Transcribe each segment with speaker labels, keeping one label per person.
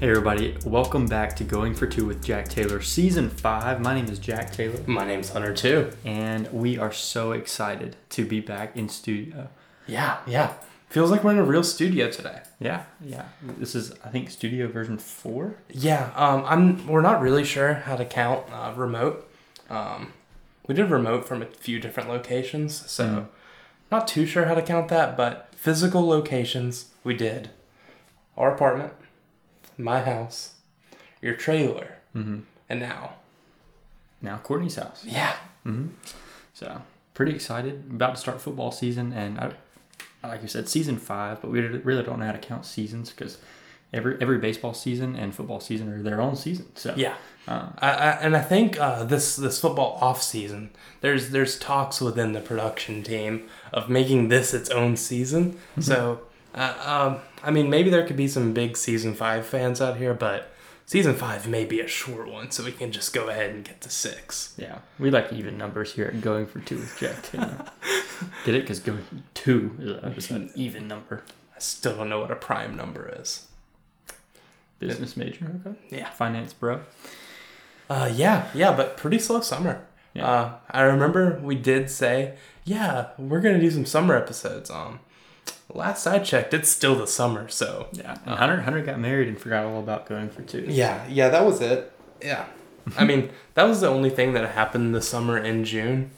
Speaker 1: Hey everybody, welcome back to Going for Two with Jack Taylor, season five. My name is Jack Taylor,
Speaker 2: My name's Hunter too.
Speaker 1: and we are so excited to be back in studio.
Speaker 2: Yeah, yeah. Feels like we're in a real studio today.
Speaker 1: Yeah, yeah. This is, I think, studio version four.
Speaker 2: Yeah, um, I'm. We're not really sure how to count uh, remote. Um, we did remote from a few different locations, so not too sure how to count that. But physical locations, we did. Our apartment, my house, your trailer, and now,
Speaker 1: Now Courtney's house.
Speaker 2: Mm-hmm. yeah,
Speaker 1: So pretty excited. About to start football season, and I, like you said, season five. But we really don't know how to count seasons because every every baseball season and football season are their own season. So
Speaker 2: yeah.
Speaker 1: Uh,
Speaker 2: I, I, and I think uh, this this football off season, there's there's talks within the production team of making this its own season. So, uh, um, I mean, maybe there could be some big season five fans out here, but season five may be a short one, so we can just go ahead and get to six.
Speaker 1: Yeah, we like even numbers here at Going for Two with Jack Taylor. Get it? Because going for two is a- is an even number.
Speaker 2: I still don't know what a prime number is.
Speaker 1: Business major, okay.
Speaker 2: Yeah.
Speaker 1: Finance bro.
Speaker 2: Uh, yeah, yeah, but pretty slow summer.
Speaker 1: Yeah.
Speaker 2: Uh, I remember we did say, yeah, we're gonna do some summer episodes. Um, last I checked, it's still the summer, so
Speaker 1: Yeah. And Hunter Hunter got married and forgot all about going for two.
Speaker 2: Yeah, yeah, that was it. Yeah. I mean, that was the only thing that happened this summer in June.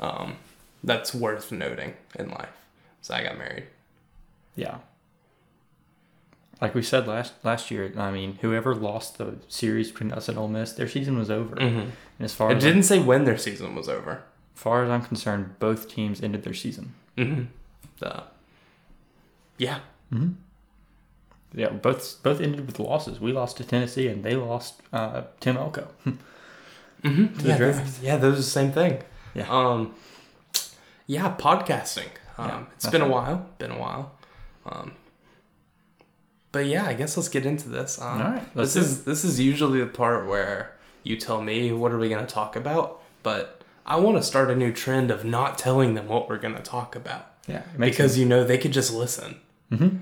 Speaker 2: Um, that's worth noting in life. So I got married.
Speaker 1: Yeah. Like we said last last year, I mean, whoever lost the series between us and Ole Miss, their season was over. And as far
Speaker 2: Mm. It
Speaker 1: as,
Speaker 2: didn't say when their season was over.
Speaker 1: far as I'm concerned, both teams ended their season.
Speaker 2: Mm-hmm. Uh, yeah.
Speaker 1: Yeah, both both ended with losses. We lost to Tennessee, and they lost uh, Tim Elko.
Speaker 2: Mm-hmm.
Speaker 1: the
Speaker 2: Yeah,
Speaker 1: draft.
Speaker 2: those, yeah, those are the same thing.
Speaker 1: Yeah.
Speaker 2: Um, yeah, podcasting. Um,
Speaker 1: Yeah,
Speaker 2: it's been a
Speaker 1: that's
Speaker 2: while. Been a while. Um, but yeah, I guess let's get into this. Um,
Speaker 1: All right, let's
Speaker 2: This
Speaker 1: do
Speaker 2: is this is usually the part where you tell me what are we going to talk about, but I want to start a new trend of not telling them what we're going to talk about
Speaker 1: yeah, it makes
Speaker 2: because you know they could just listen.
Speaker 1: Mhm.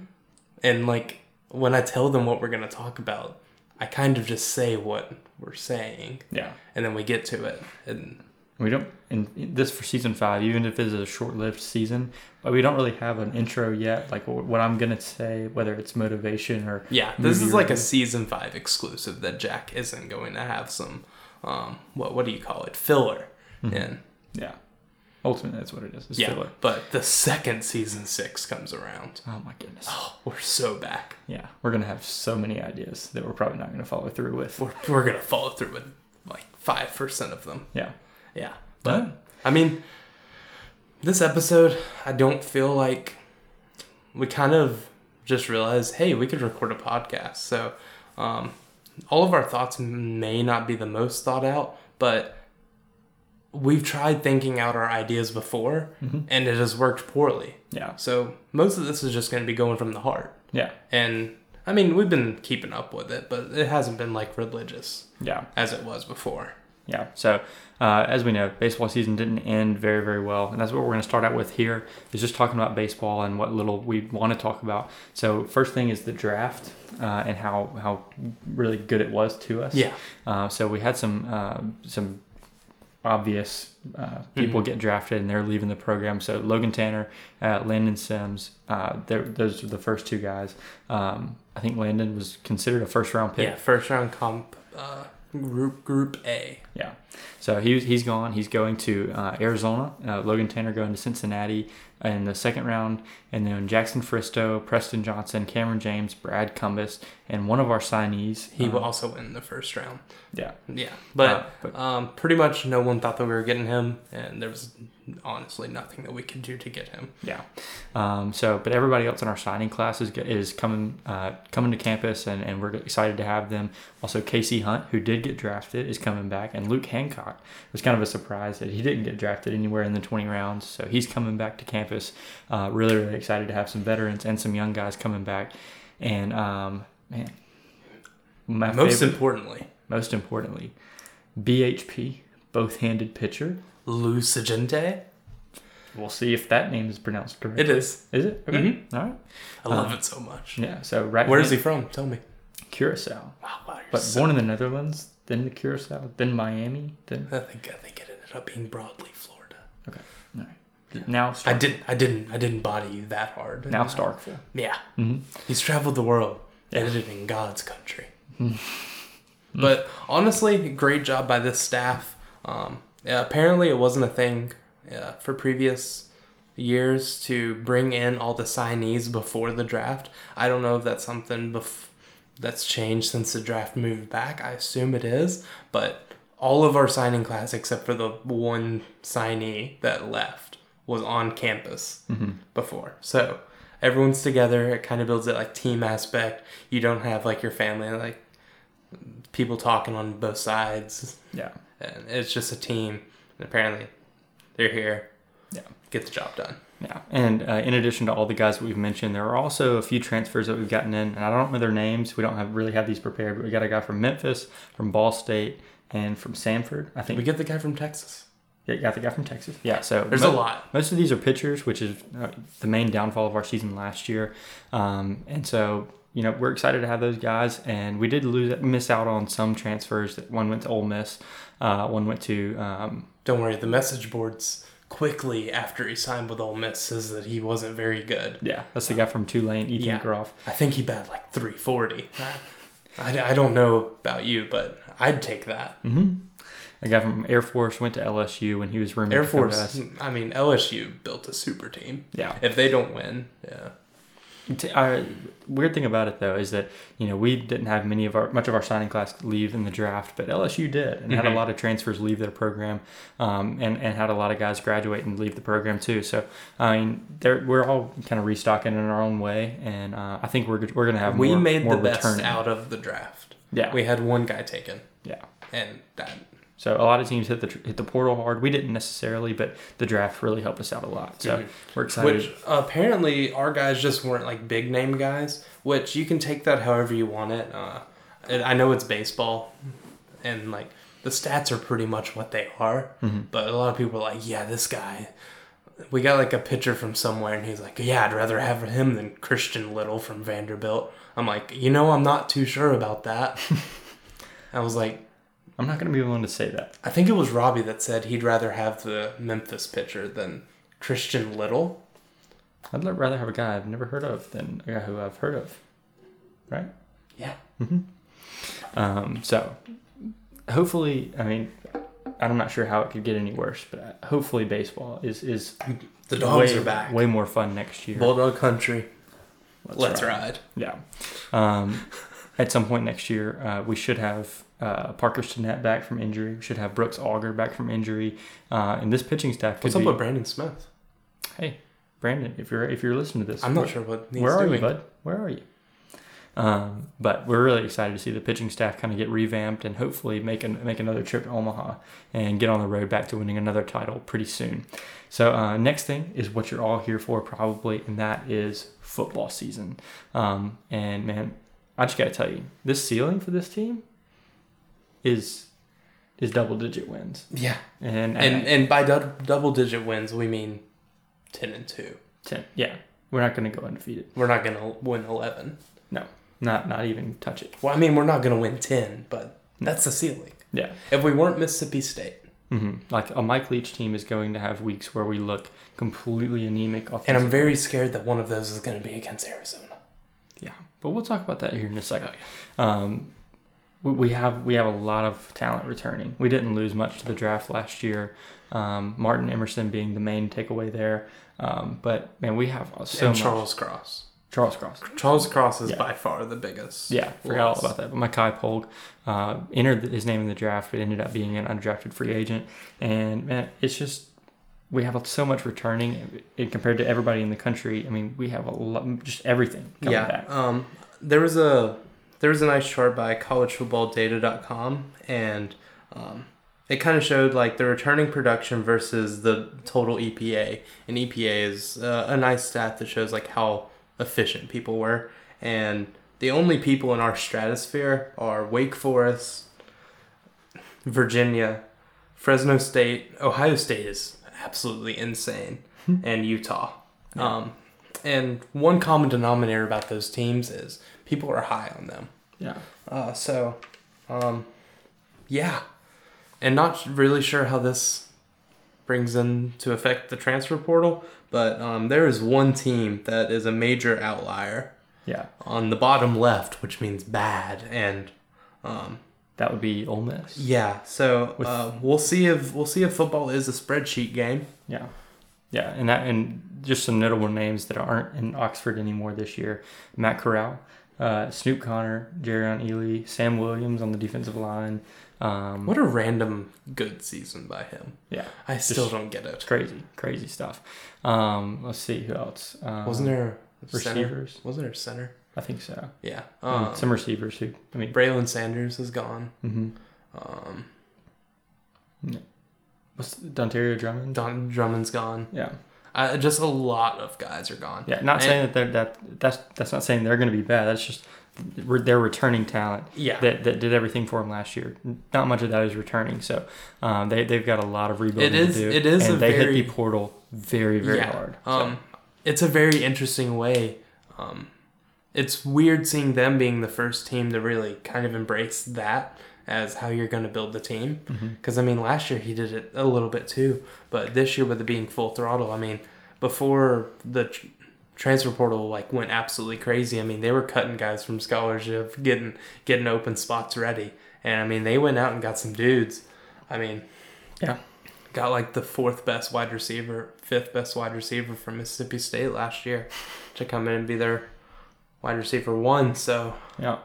Speaker 2: And like when I tell them what we're going to talk about, I kind of just say what we're saying
Speaker 1: Yeah.
Speaker 2: and then we get to it and
Speaker 1: We don't, and this for season five, even if it's a short lived season, but we don't really have an intro yet. Like wh- what I'm going to say, whether it's motivation or.
Speaker 2: yeah this
Speaker 1: movie
Speaker 2: is like
Speaker 1: review.
Speaker 2: a season five exclusive that jack isn't going to have some um what what do you call it filler in
Speaker 1: Yeah. Ultimately, that's what it is. Mm-hmm. It's
Speaker 2: yeah
Speaker 1: filler.
Speaker 2: but the second season six comes around
Speaker 1: Oh my goodness.
Speaker 2: oh, we're so back
Speaker 1: Yeah. We're going to have so many ideas that we're probably not going to follow through with.
Speaker 2: we're, we're gonna follow through with like five percent of them
Speaker 1: Yeah.
Speaker 2: yeah but
Speaker 1: But
Speaker 2: i mean this episode i don't feel like we kind of just realized hey we could record a podcast so um, all of our thoughts may not be the most thought out but we've tried thinking out our ideas before and it has worked poorly
Speaker 1: yeah.
Speaker 2: so most of this is just going to be going from the heart
Speaker 1: Yeah.
Speaker 2: and i mean we've been keeping up with it but it hasn't been like religious
Speaker 1: Yeah.
Speaker 2: as it was before
Speaker 1: Yeah. So, uh, as we know, baseball season didn't end very, very well, and that's what we're going to start out with here is just talking about baseball and what little we want to talk about. So, first thing is the draft uh, and how how really good it was to us.
Speaker 2: yeah
Speaker 1: Uh, so we had some uh, some obvious uh, people get drafted and they're leaving the program. So Logan Tanner, uh, Landon Sims, uh, they're- those are the first two guys. Um, I think Landon was considered a first round pick.
Speaker 2: Yeah, first round comp uh, group group A.
Speaker 1: Yeah. So he's he's gone. He's going to uh, Arizona. Uh, Logan Tanner going to Cincinnati in the second round, and then Jackson Fristo, Preston Johnson, Cameron James, Brad Cumbus, and one of our signees.
Speaker 2: He
Speaker 1: uh,
Speaker 2: will also win the first round.
Speaker 1: Yeah.
Speaker 2: Uh-huh. Yeah, but,
Speaker 1: Uh, but-
Speaker 2: um, pretty much no one thought that we were getting him, and there was honestly nothing that we could do to get him.
Speaker 1: Yeah. Um, so, but everybody else in our signing class is, is coming uh, coming to campus, and, and we're excited to have them. Also, Casey Hunt, who did get drafted, is coming back, and Luke Hancock it was kind of a surprise that he didn't get drafted anywhere in the 20 rounds. So he's coming back to campus. Uh, really, really excited to have some veterans and some young guys coming back. And um, man, my
Speaker 2: Most
Speaker 1: favorite,
Speaker 2: importantly,
Speaker 1: most importantly, BHP, both-handed pitcher.
Speaker 2: Lou Sagente.
Speaker 1: We'll see if that name is pronounced correctly.
Speaker 2: It is. Mm-hmm.
Speaker 1: Is it? Okay. All right.
Speaker 2: I love it so much.
Speaker 1: Yeah. So right.
Speaker 2: Where is he from? Tell me.
Speaker 1: Curacao.
Speaker 2: Wow, wow, Ah, you're
Speaker 1: But
Speaker 2: so-
Speaker 1: born in the Netherlands, then the Curacao, then Miami, then
Speaker 2: I think I think it ended up being broadly Florida.
Speaker 1: okay. All right. Now
Speaker 2: I
Speaker 1: Stark,
Speaker 2: didn't I didn't I didn't body you that hard.
Speaker 1: now Starkville.
Speaker 2: Yeah.
Speaker 1: Mhm.
Speaker 2: He's traveled the world, edited in God's country. but honestly, great job by this staff. Um, yeah, apparently, it wasn't a thing uh, for previous years to bring in all the signees before the draft. I don't know if that's something bef- that's changed since the draft moved back. I assume it is, but all of our signing class except for the one signee that left was on campus before. So everyone's together. It kind of builds that like team aspect. You don't have like your family like people talking on both sides.
Speaker 1: Yeah.
Speaker 2: And it's just a team. And apparently, they're here.
Speaker 1: Yeah.
Speaker 2: Get the job done.
Speaker 1: Yeah, and uh, in addition to all the guys that we've mentioned, there are also a few transfers that we've gotten in, and I don't know their names. We don't have really have these prepared, but we got a guy from Memphis, from Ball State, and from Sanford. I
Speaker 2: Did we
Speaker 1: think
Speaker 2: get the guy from Texas?
Speaker 1: yeah, got the guy from Texas. Yeah, so
Speaker 2: There's a
Speaker 1: mo-
Speaker 2: lot.
Speaker 1: Most of these are pitchers, which is uh, the main downfall of our season last year, um, and so you know we're excited to have those guys. And we did lose miss out on some transfers. That one went to Ole Miss, uh, one went to um,
Speaker 2: Don't worry. The message boards quickly after he signed with Ole Miss says that he wasn't very good.
Speaker 1: yeah, that's the guy from Tulane, Ethan
Speaker 2: Yeah.
Speaker 1: Groff.
Speaker 2: I think he batted like 340. I, I don't know about you, but I'd take that.
Speaker 1: A guy from Air Force went to LSU when he was rumored
Speaker 2: Mm-hmm. Air
Speaker 1: to come to us.
Speaker 2: Force. I mean, LSU built a super team.
Speaker 1: Yeah.
Speaker 2: If they don't win, yeah.
Speaker 1: T- Our weird thing about it though is that you know we didn't have many of our much of our signing class leave in the draft, but LSU did and
Speaker 2: Mm-hmm.
Speaker 1: had a lot of transfers leave their program, um, and and had a lot of guys graduate and leave the program too. So I mean, they're, we're all kind of restocking in our own way, and uh, I think we're we're gonna have
Speaker 2: we
Speaker 1: more,
Speaker 2: made
Speaker 1: more
Speaker 2: the best
Speaker 1: returning.
Speaker 2: out of the draft.
Speaker 1: Yeah.
Speaker 2: We had one guy taken,
Speaker 1: Yeah.
Speaker 2: and that.
Speaker 1: So a lot of teams hit the tr- hit the portal hard. We didn't necessarily, but the draft really helped us out a lot. So we're excited.
Speaker 2: Mm-hmm. Which apparently our guys just weren't like big name guys, which you can take that however you want it. Uh, and I know it's baseball, and like the stats are pretty much what they are, but a lot of people are like, yeah, this guy. We got like a pitcher from somewhere, and he's like, yeah, I'd rather have him than Christian Little from Vanderbilt. I'm like, you know, I'm not too sure about that. I was like,
Speaker 1: I'm not gonna be willing to say that.
Speaker 2: I think it was Robbie that said he'd rather have the Memphis pitcher than Christian Little.
Speaker 1: I'd li- rather have a guy I've never heard of than a guy who I've heard of, right?
Speaker 2: Yeah.
Speaker 1: Um, so hopefully, I mean, I'm not sure how it could get any worse, but uh, hopefully baseball is is
Speaker 2: The dogs
Speaker 1: way,
Speaker 2: are back.
Speaker 1: way more fun next year.
Speaker 2: Bulldog Country. Let's
Speaker 1: ride.
Speaker 2: ride.
Speaker 1: Yeah. Um, at some point next year, uh, we should have uh, Parker Stinnett back from injury. We should have Brooks Auger back from injury, uh, and this pitching staff could
Speaker 2: What's up
Speaker 1: be.
Speaker 2: with Brandon Smith?
Speaker 1: hey, Brandon, if you're if you're listening to this,
Speaker 2: I'm not
Speaker 1: what-
Speaker 2: sure what he's
Speaker 1: Where are
Speaker 2: doing.
Speaker 1: you, bud? Where are you? Um, but we're really excited to see the pitching staff kind of get revamped and hopefully make an, make another trip to Omaha and get on the road back to winning another title pretty soon. So uh, next thing is what you're all here for probably, and that is football season. Um, and man, I just gotta tell you, this ceiling for this team is is double digit wins,
Speaker 2: Yeah.
Speaker 1: and
Speaker 2: And and by dou- double digit wins, we mean 10 and 2.
Speaker 1: ten, yeah, we're not gonna go undefeated.
Speaker 2: We're not going to win 11.
Speaker 1: No, not not even touch it.
Speaker 2: Well, I mean, we're not going to win 10, but that's the ceiling.
Speaker 1: Yeah.
Speaker 2: If we weren't Mississippi State
Speaker 1: hmm Like a Mike Leach team is going to have weeks where we look completely anemic.
Speaker 2: and I'm
Speaker 1: Offensively.
Speaker 2: very scared that one of those is going to be against Arizona.
Speaker 1: yeah, but we'll talk about that here in a second. Um, we, we have we have a lot of talent returning. We didn't lose much to the draft last year. Um, Martin Emerson being the main takeaway there. Um, but man, we have so
Speaker 2: and
Speaker 1: much.
Speaker 2: Charles Cross.
Speaker 1: Charles Cross.
Speaker 2: Charles Cross is
Speaker 1: Yeah.
Speaker 2: by far the biggest.
Speaker 1: Yeah, forgot all
Speaker 2: loss.
Speaker 1: about that. But Makai Polk uh, entered his name in the draft, but ended up being an undrafted free agent. And man, it's just we have so much returning and compared to everybody in the country. I mean, we have a lot, just everything coming
Speaker 2: yeah.
Speaker 1: back.
Speaker 2: Um, there was a there was a nice chart by collegefootballdata.com and um, it kind of showed like the returning production versus the total EPA. And EPA is uh, a nice stat that shows like how efficient people were. And the only people in our stratosphere are Wake Forest, Virginia, Fresno State, Ohio State is absolutely insane,
Speaker 1: Hmm.
Speaker 2: and Utah. Um, and one common denominator about those teams is people are high on them.
Speaker 1: Yeah.
Speaker 2: Uh, so, um, yeah, and not really sure how this brings into effect the transfer portal, but um, there is one team that is a major outlier
Speaker 1: Yeah.
Speaker 2: on the bottom left, which means bad, and um,
Speaker 1: That would be Ole Miss.
Speaker 2: yeah, so uh, we'll see if we'll see if football is a spreadsheet game.
Speaker 1: Yeah. Yeah, and that and just some notable names that aren't in Oxford anymore this year: Matt Corral, uh, Snoop Connor, Jerrion Ely, Sam Williams on the defensive line. Um,
Speaker 2: What a random good season by him.
Speaker 1: Yeah,
Speaker 2: I still don't get
Speaker 1: it's
Speaker 2: it.
Speaker 1: crazy, crazy stuff. Um, let's see who else. Um,
Speaker 2: Wasn't there a center?
Speaker 1: receivers?
Speaker 2: Wasn't there a center?
Speaker 1: I think so.
Speaker 2: Yeah.
Speaker 1: And
Speaker 2: Um,
Speaker 1: Hmm. some receivers who. I mean,
Speaker 2: Braylon Sanders is gone.
Speaker 1: mm-hmm.
Speaker 2: Um,
Speaker 1: what's Dontario Drummond?
Speaker 2: Don Drummond's gone.
Speaker 1: yeah,
Speaker 2: Uh, just a lot of guys are gone.
Speaker 1: yeah. Not
Speaker 2: And-
Speaker 1: saying that they're that. That's that's not saying they're going to be bad. That's just we're, they're returning talent.
Speaker 2: Yeah.
Speaker 1: that, that did everything for him last year. Not much of that is returning, so um, they they've got a lot of rebuilding
Speaker 2: It is-
Speaker 1: to do.
Speaker 2: it is
Speaker 1: and
Speaker 2: a
Speaker 1: they
Speaker 2: very-
Speaker 1: hit the portal very very
Speaker 2: Yeah.
Speaker 1: hard. So,
Speaker 2: Um, it's a very interesting way. Um, it's weird seeing them being the first team to really kind of embrace that as how you're going to build the team.
Speaker 1: Mm-hmm.
Speaker 2: Because I mean, last year he did it a little bit too, but this year with it being full throttle, I mean, before the tr- transfer portal like went absolutely crazy, I mean they were cutting guys from scholarship, getting getting open spots ready, and I mean they went out and got some dudes. I mean,
Speaker 1: yeah,
Speaker 2: got like the fourth best wide receiver, fifth best wide receiver from Mississippi State last year to come in and be their wide receiver one. So
Speaker 1: yeah.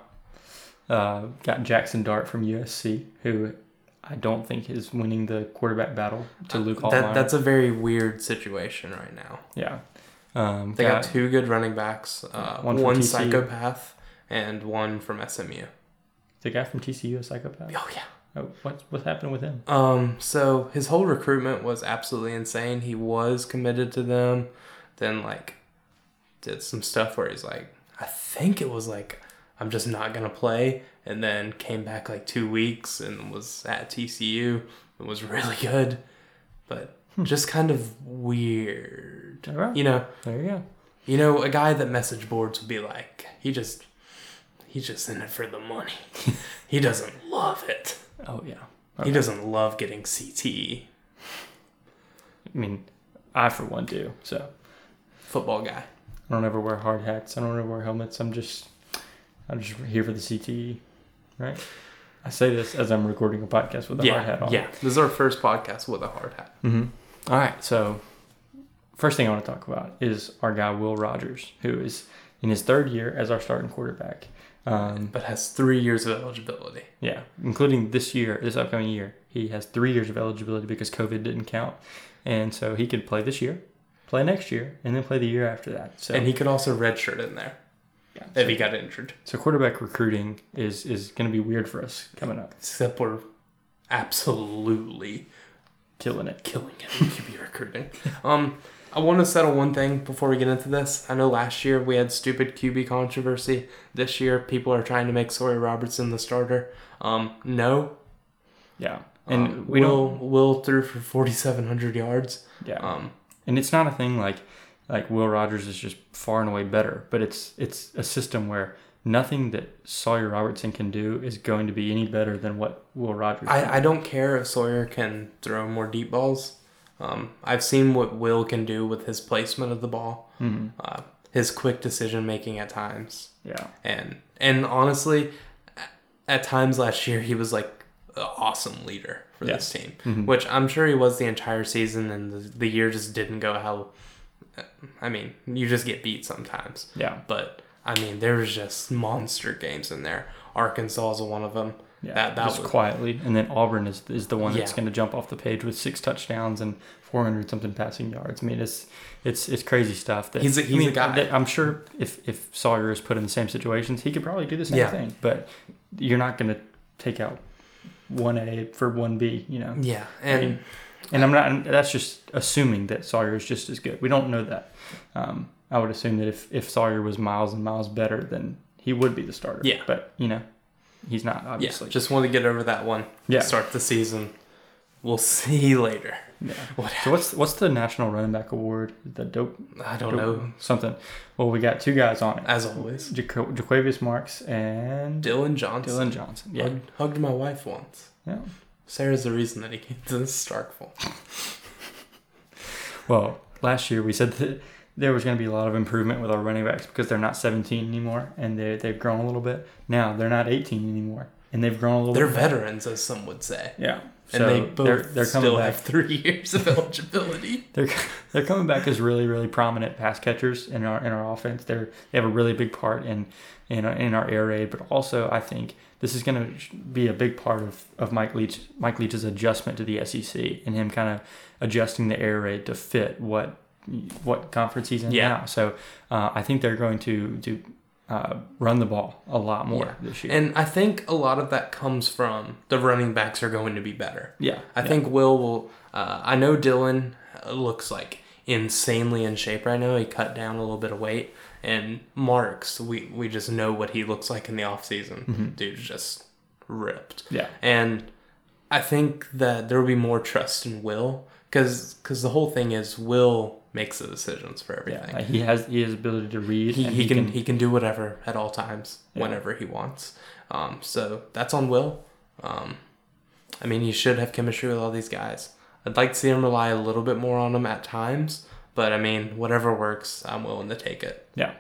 Speaker 1: Uh, got Jackson Dart from USC, who I don't think is winning the quarterback battle to Luke
Speaker 2: that
Speaker 1: Altmaier.
Speaker 2: that's a very weird situation right now.
Speaker 1: yeah. Um,
Speaker 2: They
Speaker 1: got,
Speaker 2: got two good running backs, uh,
Speaker 1: One
Speaker 2: one,
Speaker 1: from TCU.
Speaker 2: psychopath and one from SMU.
Speaker 1: the guy from TCU, a psychopath.
Speaker 2: Oh yeah.
Speaker 1: Oh, what's what's happening with him?
Speaker 2: Um, so his whole recruitment was absolutely insane. He was committed to them, then like did some stuff where he's like, I think it was like, I'm just not gonna play, and then came back like two weeks and was at TCU. It was really good, but just kind of weird.
Speaker 1: All right,
Speaker 2: You know,
Speaker 1: there you go.
Speaker 2: you know, a guy that message boards would be like, he just, he's just in it for the money. he doesn't love it.
Speaker 1: Oh yeah.
Speaker 2: He
Speaker 1: Okay.
Speaker 2: doesn't love getting CTE.
Speaker 1: I mean, I for one do. So
Speaker 2: football guy.
Speaker 1: I don't ever wear hard hats. I don't ever wear helmets. I'm just, I'm just here for the CTE, right? I say this as I'm recording a podcast with a hard hat on.
Speaker 2: yeah. This is our first podcast with a hard hat.
Speaker 1: Mhm. All right. So, first thing I want to talk about is our guy Will Rogers, who is in his third year as our starting quarterback. Um,
Speaker 2: But has three years of eligibility.
Speaker 1: yeah, including this year, this upcoming year, he has three years of eligibility because COVID didn't count, and so he could play this year, play next year, and then play the year after that. So
Speaker 2: And he could also redshirt in there
Speaker 1: yeah,
Speaker 2: if
Speaker 1: so-
Speaker 2: he got injured.
Speaker 1: So quarterback recruiting is is going to be weird for us coming up.
Speaker 2: Except we're absolutely
Speaker 1: Killing it.
Speaker 2: killing it in QB recruiting. Um, I want to settle one thing before we get into this. I know last year we had stupid QB controversy. This year people are trying to make Sawyer Robertson the starter. Um, no.
Speaker 1: Yeah, and
Speaker 2: Um,
Speaker 1: we
Speaker 2: Will,
Speaker 1: don't.
Speaker 2: Will threw for 4,700 yards.
Speaker 1: Yeah,
Speaker 2: Um,
Speaker 1: and it's not a thing like like Will Rogers is just far and away better, but it's it's a system where nothing that Sawyer Robertson can do is going to be any better than what Will Rogers. can.
Speaker 2: I, I don't care if Sawyer can throw more deep balls. Um, I've seen what Will can do with his placement of the ball,
Speaker 1: Mhm.
Speaker 2: uh, his quick decision making at times,
Speaker 1: Yeah,
Speaker 2: and and honestly, a- at times last year he was like an awesome leader for
Speaker 1: Yeah.
Speaker 2: this team,
Speaker 1: Mhm.
Speaker 2: which I'm sure he was the entire season, and the, the year just didn't go how. I mean, you just get beat sometimes
Speaker 1: yeah,
Speaker 2: but I mean, there was just monster games in there. Arkansas is one of them.
Speaker 1: yeah.
Speaker 2: That that
Speaker 1: just
Speaker 2: was
Speaker 1: quietly, and then Auburn is is the one that's
Speaker 2: Yeah.
Speaker 1: going to jump off the page with six touchdowns and four hundred something passing yards. I mean, it's it's it's crazy stuff. That
Speaker 2: He's a-
Speaker 1: I
Speaker 2: he's a
Speaker 1: mean,
Speaker 2: guy.
Speaker 1: that I'm sure if if Sawyer is put in the same situations, he could probably do the same
Speaker 2: Yeah.
Speaker 1: thing. But you're not going to take out one A for one B, you know.
Speaker 2: yeah, and
Speaker 1: And I'm not. and That's just assuming that Sawyer is just as good. We don't know that. Um, I would assume that if if Sawyer was miles and miles better, then he would be the starter.
Speaker 2: Yeah.
Speaker 1: But you know, he's not
Speaker 2: yeah,
Speaker 1: obviously.
Speaker 2: just wanted to get over that one.
Speaker 1: Yeah.
Speaker 2: start the season. We'll see later.
Speaker 1: Yeah. so what's what's the national running back award? The dope.
Speaker 2: I don't know.
Speaker 1: Something. Well, we got two guys on it.
Speaker 2: As always,
Speaker 1: Jaco- Jaquavius Marks and
Speaker 2: Dylan Johnson.
Speaker 1: Dylan Johnson. Yeah.
Speaker 2: Hugged, hugged my wife once.
Speaker 1: yeah.
Speaker 2: Sarah's the reason that he came to this Starkville.
Speaker 1: Well, last year we said that there was going to be a lot of improvement with our running backs because they're not 17 anymore and they they've grown a little bit. Now they're not 18 anymore and they've grown a little.
Speaker 2: They're
Speaker 1: bit.
Speaker 2: veterans, as some would say,
Speaker 1: Yeah.
Speaker 2: and
Speaker 1: So
Speaker 2: they both
Speaker 1: they're, they're coming
Speaker 2: still
Speaker 1: back.
Speaker 2: have three years of eligibility.
Speaker 1: They're they're coming back as really really prominent pass catchers in our in our offense. They're they have a really big part in in our, in our air raid, but also I think this is going to be a big part of, of Mike Leach Mike Leach's adjustment to the SEC and him kind of adjusting the air raid to fit what what conference he's in
Speaker 2: Yeah.
Speaker 1: now. So uh, I think they're going to to uh, run the ball a lot more
Speaker 2: Yeah.
Speaker 1: this year.
Speaker 2: And I think a lot of that comes from the running backs are going to be better.
Speaker 1: yeah,
Speaker 2: I
Speaker 1: yeah.
Speaker 2: think Will will. Uh, I know Dylan uh, looks like insanely in shape right now. He cut down a little bit of weight, and Marks, we we just know what he looks like in the off season.
Speaker 1: Mm-hmm.
Speaker 2: Dude's just ripped.
Speaker 1: yeah.
Speaker 2: And I think that there will be more trust in Will because the whole thing is Will makes the decisions for
Speaker 1: Yeah,
Speaker 2: everything.
Speaker 1: Like, he has he has ability to read.
Speaker 2: he,
Speaker 1: and
Speaker 2: he, can, he can do whatever at all times,
Speaker 1: Yeah.
Speaker 2: whenever he wants. Um, so that's on Will. Um, I mean, he should have chemistry with all these guys. I'd like to see him rely a little bit more on them at times, but I mean, whatever works, I'm willing to take it.
Speaker 1: Yeah.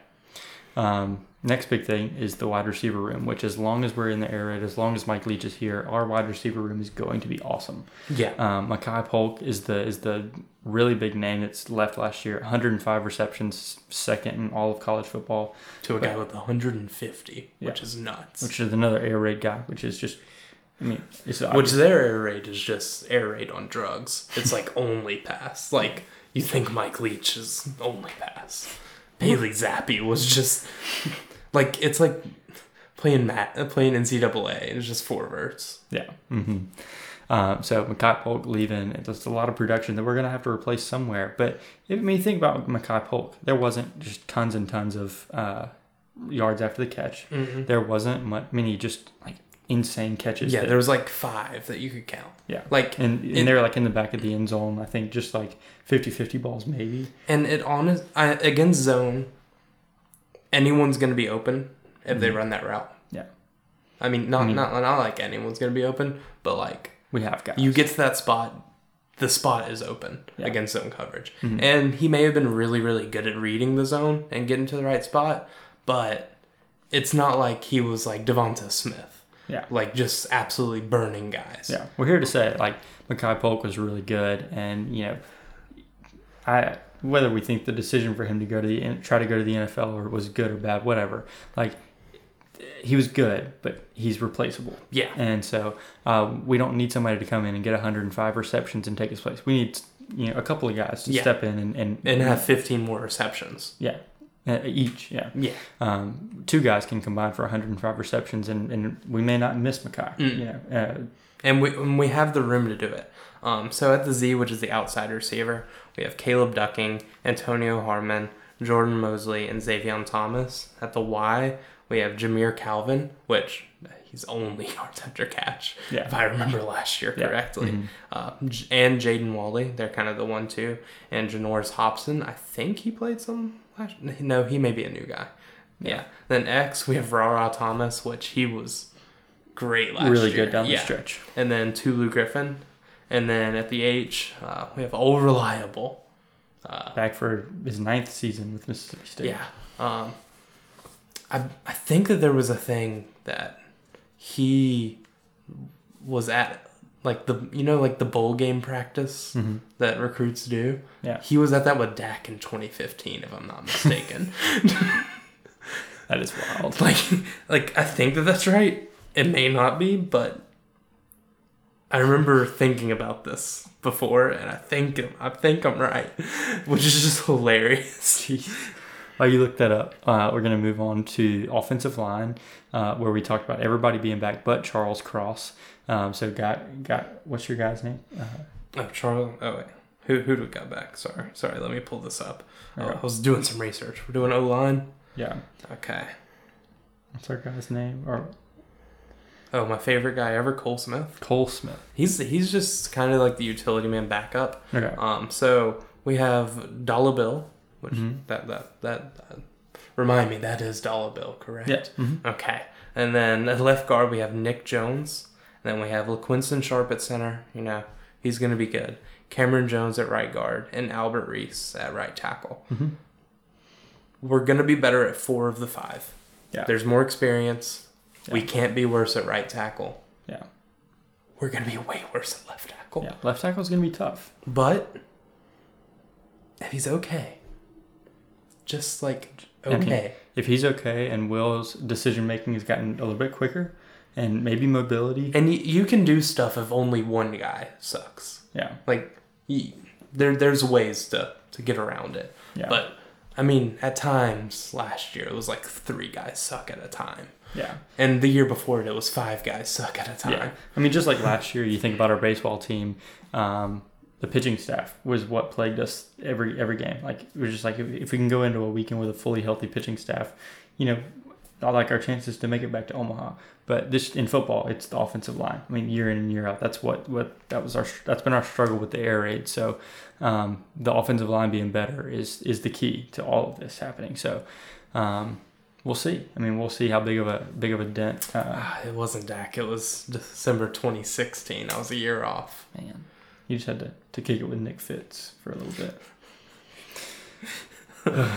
Speaker 1: Um, next big thing is the wide receiver room, which as long as we're in the air raid, as long as Mike Leach is here, our wide receiver room is going to be awesome.
Speaker 2: Yeah.
Speaker 1: Um, Makai Polk is the is the really big name that's left last year. 105 receptions, second in all of college football,
Speaker 2: To a guy with 150, which is nuts.
Speaker 1: which is another air raid guy, which is just, I mean, it's
Speaker 2: Which
Speaker 1: obvious.
Speaker 2: their air raid is just air raid on drugs. It's like only pass. Like you think Mike Leach is only pass. Bailey Zappi was just like it's like playing mat playing NCAA and it's just four verts.
Speaker 1: yeah. hmm Um, so Makai Polk leaving, that's a lot of production that we're gonna have to replace somewhere. But if I mean think about Makai Polk, there wasn't just tons and tons of uh, yards after the catch. There wasn't mu many just like insane catches.
Speaker 2: Yeah,
Speaker 1: that-
Speaker 2: there was like five that you could count.
Speaker 1: yeah.
Speaker 2: Like
Speaker 1: and, and
Speaker 2: it-
Speaker 1: they're like in the back of the end zone. I think just like 50-50 balls maybe.
Speaker 2: And it honest I, against zone, anyone's gonna be open if they run that route.
Speaker 1: Yeah,
Speaker 2: I mean, not not not like anyone's gonna be open, but like
Speaker 1: we have guys.
Speaker 2: you get to that spot, the spot is open
Speaker 1: Yeah. Mm-hmm.
Speaker 2: against zone coverage. And he may have been really, really good at reading the zone and getting to the right spot, but it's not like he was like Devonta Smith,
Speaker 1: yeah,
Speaker 2: like just absolutely burning guys.
Speaker 1: yeah. We're here to say it. like Makai Polk was really good, and you know, I whether we think the decision for him to go to the try to go to the NFL or was good or bad, whatever. Like he was good, but he's replaceable.
Speaker 2: Yeah.
Speaker 1: And so uh, we don't need somebody to come in and get 105 receptions and take his place. We need you know a couple of guys to
Speaker 2: Yeah.
Speaker 1: step in and and,
Speaker 2: And have 15 more receptions.
Speaker 1: yeah Uh, each yeah
Speaker 2: Yeah.
Speaker 1: um, two guys can combine for 105 receptions and, and we may not miss Mackay.
Speaker 2: Mm.
Speaker 1: You know uh,
Speaker 2: And we, and we have the room to do it. Um, so at the Z, which is the outside receiver, we have Caleb Ducking, Antonio Harmon, Jordan Mosley, and Xavier Thomas. At the Y, we have Jameer Calvin, which he's only yards after catch,
Speaker 1: Yeah.
Speaker 2: if I remember last year
Speaker 1: Yeah. Mm-hmm.
Speaker 2: correctly. Uh, J and Jaden Wally, they're kind of the one two. And Janoris Hobson, I think he played some last. No, he may be a new guy. Yeah. Then X, we have Rara Thomas, which he was great last
Speaker 1: really
Speaker 2: year.
Speaker 1: good down the
Speaker 2: Yeah
Speaker 1: stretch
Speaker 2: and then Tulu Griffin, and then at the H uh, we have Old Reliable. Uh,
Speaker 1: back for his ninth season with Mississippi State.
Speaker 2: yeah, um, I I think that there was a thing that he was at like the you know like the bowl game practice that recruits do.
Speaker 1: Yeah.
Speaker 2: he was at that with Dak in 2015, if I'm not mistaken.
Speaker 1: that is wild.
Speaker 2: like like I think that that's right. It may not be, but I remember thinking about this before, and I think I think I'm right, which is just hilarious.
Speaker 1: While you look that up, uh, we're going to move on to offensive line, uh, where we talked about everybody being back but Charles Cross. Um, so got got what's your guy's name? Uh,
Speaker 2: Oh, Charles. Oh wait, who who do we got back? Sorry, sorry. Let me pull this up. Oh,
Speaker 1: Okay.
Speaker 2: I was doing some research. We're doing O line.
Speaker 1: yeah,
Speaker 2: Okay.
Speaker 1: what's our guy's name? Or
Speaker 2: Oh, my favorite guy ever, Cole Smith.
Speaker 1: Cole Smith.
Speaker 2: He's he's just kind of like the utility man backup.
Speaker 1: Okay.
Speaker 2: Um, so we have Dollar Bill, which that, that that that remind me that is Dollar Bill, correct?
Speaker 1: Yeah. Mhm.
Speaker 2: Okay. And then at left guard we have Nick Jones. And then we have LaQuinston Sharp at center. You know, he's gonna be good. Cameron Jones at right guard and Albert Reese at right tackle. We're gonna be better at four of the five.
Speaker 1: Yeah.
Speaker 2: There's more experience. We can't be worse at right tackle.
Speaker 1: Yeah.
Speaker 2: We're gonna be way worse at left tackle.
Speaker 1: Yeah. Left tackle's gonna be tough.
Speaker 2: But if he's okay, just like
Speaker 1: I mean,
Speaker 2: okay,
Speaker 1: if he's okay and Will's decision making has gotten a little bit quicker and maybe mobility.
Speaker 2: and y- you can do stuff if only one guy sucks.
Speaker 1: Yeah.
Speaker 2: Like y there, there's ways to to get around it.
Speaker 1: Yeah.
Speaker 2: But I mean, at times last year it was like three guys suck at a time,
Speaker 1: Yeah.
Speaker 2: and the year before it, it was five guys suck at a time.
Speaker 1: Yeah. I mean, just like last year, you think about our baseball team, um, the pitching staff was what plagued us every every game. Like we're just like if, if we can go into a weekend with a fully healthy pitching staff, you know, I like our chances to make it back to Omaha. But this in football, it's the offensive line. I mean, year in and year out, that's what what that was our that's been our struggle with the air raid. So um, the offensive line being better is is the key to all of this happening. So. Um, We'll see. I mean, we'll see how big of a big of a dent. Uh,
Speaker 2: Ah, It wasn't Dak. It was December 2016. I was a year off.
Speaker 1: Man, you just had to, to kick it with Nick Fitz for a little bit.
Speaker 2: Dang.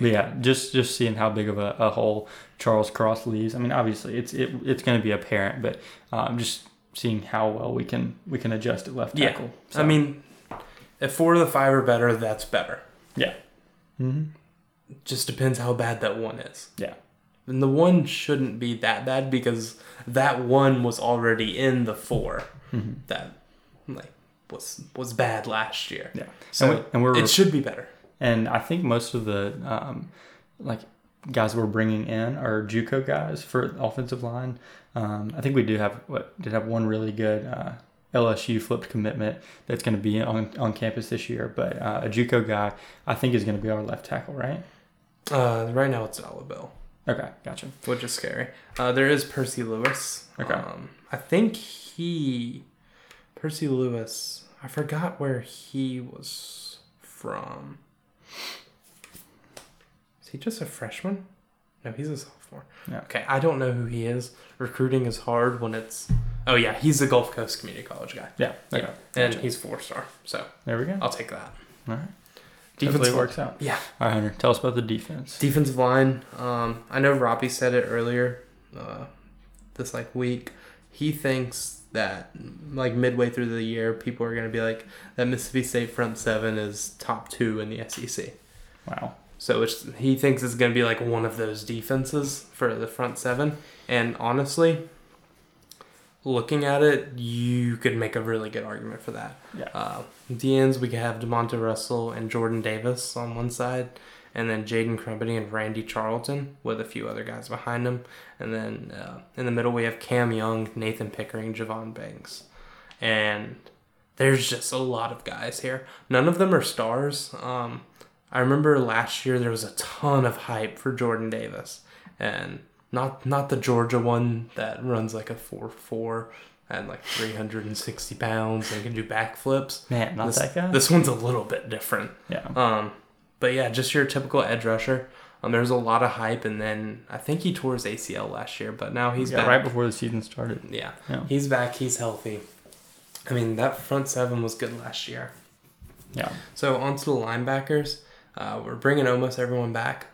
Speaker 1: But yeah, just just seeing how big of a, a hole Charles Cross leaves. I mean, obviously it's it, it's going to be apparent, but um, just seeing how well we can we can adjust at left
Speaker 2: Yeah.
Speaker 1: tackle.
Speaker 2: I mean, if four of the five are better, that's better.
Speaker 1: yeah, hmm
Speaker 2: Just depends how bad that one is.
Speaker 1: yeah,
Speaker 2: And the one shouldn't be that bad because that one was already in the 4
Speaker 1: Mm-hmm.
Speaker 2: that like was was bad last year.
Speaker 1: yeah.
Speaker 2: So
Speaker 1: and, we, and we're
Speaker 2: it should be better.
Speaker 1: And I think most of the um, like guys we're bringing in are JUCO guys for offensive line. Um, I think we do have what did have one really good uh, LSU flipped commitment that's going to be on on campus this year, but uh, a JUCO guy I think is going to be our left tackle, right?
Speaker 2: Uh, right now it's Dollar Bill,
Speaker 1: Okay, gotcha.
Speaker 2: which is scary. Uh, there is Percy Lewis.
Speaker 1: Okay.
Speaker 2: Um, I think he, Percy Lewis. I forgot where he was from. Is he just a freshman? No, he's a sophomore.
Speaker 1: Yeah.
Speaker 2: Okay, I don't know who he is. Recruiting is hard when it's. Oh yeah, he's the Gulf Coast Community College guy,
Speaker 1: Yeah, okay,
Speaker 2: and
Speaker 1: gotcha.
Speaker 2: he's four star. So
Speaker 1: there we go.
Speaker 2: I'll take that.
Speaker 1: All right, hopefully
Speaker 2: Defensive
Speaker 1: it works out.
Speaker 2: Yeah,
Speaker 1: All right, Hunter, tell us about the defense.
Speaker 2: defensive line. Um, I know Robbie said it earlier, uh, this like week. He thinks that like midway through the year, people are gonna be like that Mississippi State front seven is top two in the E SEC.
Speaker 1: Wow.
Speaker 2: So it's, he thinks it's going to be like one of those defenses for the front seven. And honestly, looking at it, you could make a really good argument for that.
Speaker 1: Yeah.
Speaker 2: Uh, the ends, we could have DeMonte Russell and Jordan Davis on one side, and then Jaden Crempany and Randy Charlton with a few other guys behind them. And then uh, in the middle, we have Cam Young, Nathan Pickering, Javon Banks. And there's just a lot of guys here. None of them are stars. Um, I remember last year there was a ton of hype for Jordan Davis, and not not the Georgia one that runs like a four four and like three hundred and sixty pounds and can do backflips.
Speaker 1: Man, not
Speaker 2: this,
Speaker 1: that guy.
Speaker 2: This one's a little bit different.
Speaker 1: yeah.
Speaker 2: Um, but yeah, just your typical edge rusher. Um, there was a lot of hype, and then I think he tore his ACL last year, but now he's
Speaker 1: yeah,
Speaker 2: back.
Speaker 1: right before the season started.
Speaker 2: Yeah.
Speaker 1: Yeah.
Speaker 2: He's back. He's healthy. I mean, that front seven was good last year.
Speaker 1: Yeah.
Speaker 2: So, on to the linebackers. Uh, we're bringing almost everyone back.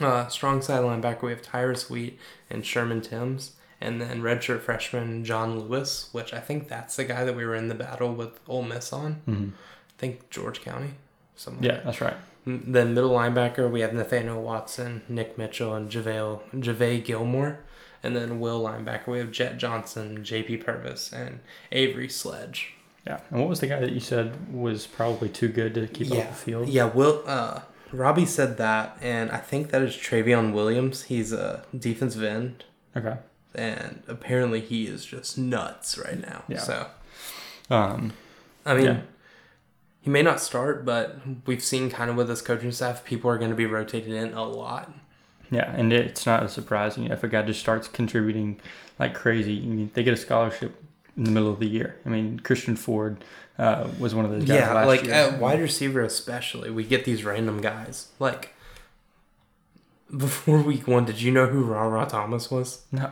Speaker 2: Uh, strong side linebacker, we have Tyrus Wheat and Sherman Timms. And then redshirt freshman John Lewis, which I think that's the guy that we were in the battle with Ole Miss on.
Speaker 1: hmm
Speaker 2: I think George County. Something like
Speaker 1: Yeah, that's right.
Speaker 2: M- Then middle linebacker, we have Nathaniel Watson, Nick Mitchell, and JaVale, JaVale Gilmore. And then will linebacker, we have Jet Johnson, JP Purvis, and Avery Sledge.
Speaker 1: Yeah. And what was the guy that you said was probably too good to keep off the field?
Speaker 2: Yeah, Will uh Robbie said that and I think that is Travion Williams. He's a defensive end
Speaker 1: Okay.
Speaker 2: and apparently he is just nuts right now.
Speaker 1: Yeah.
Speaker 2: So
Speaker 1: Um,
Speaker 2: I mean
Speaker 1: Yeah.
Speaker 2: he may not start, but we've seen kind of with this coaching staff, people are gonna be rotated in a lot.
Speaker 1: Yeah, and it's not a surprise. You know, if a guy just starts contributing like crazy, I mean, they get a scholarship in the middle of the year. I mean, Christian Ford uh, was one of those guys.
Speaker 2: yeah,
Speaker 1: last
Speaker 2: like uh,
Speaker 1: year.
Speaker 2: at wide receiver especially, we get these random guys. Like before week one, did you know who Ra Ra Thomas was?
Speaker 1: no,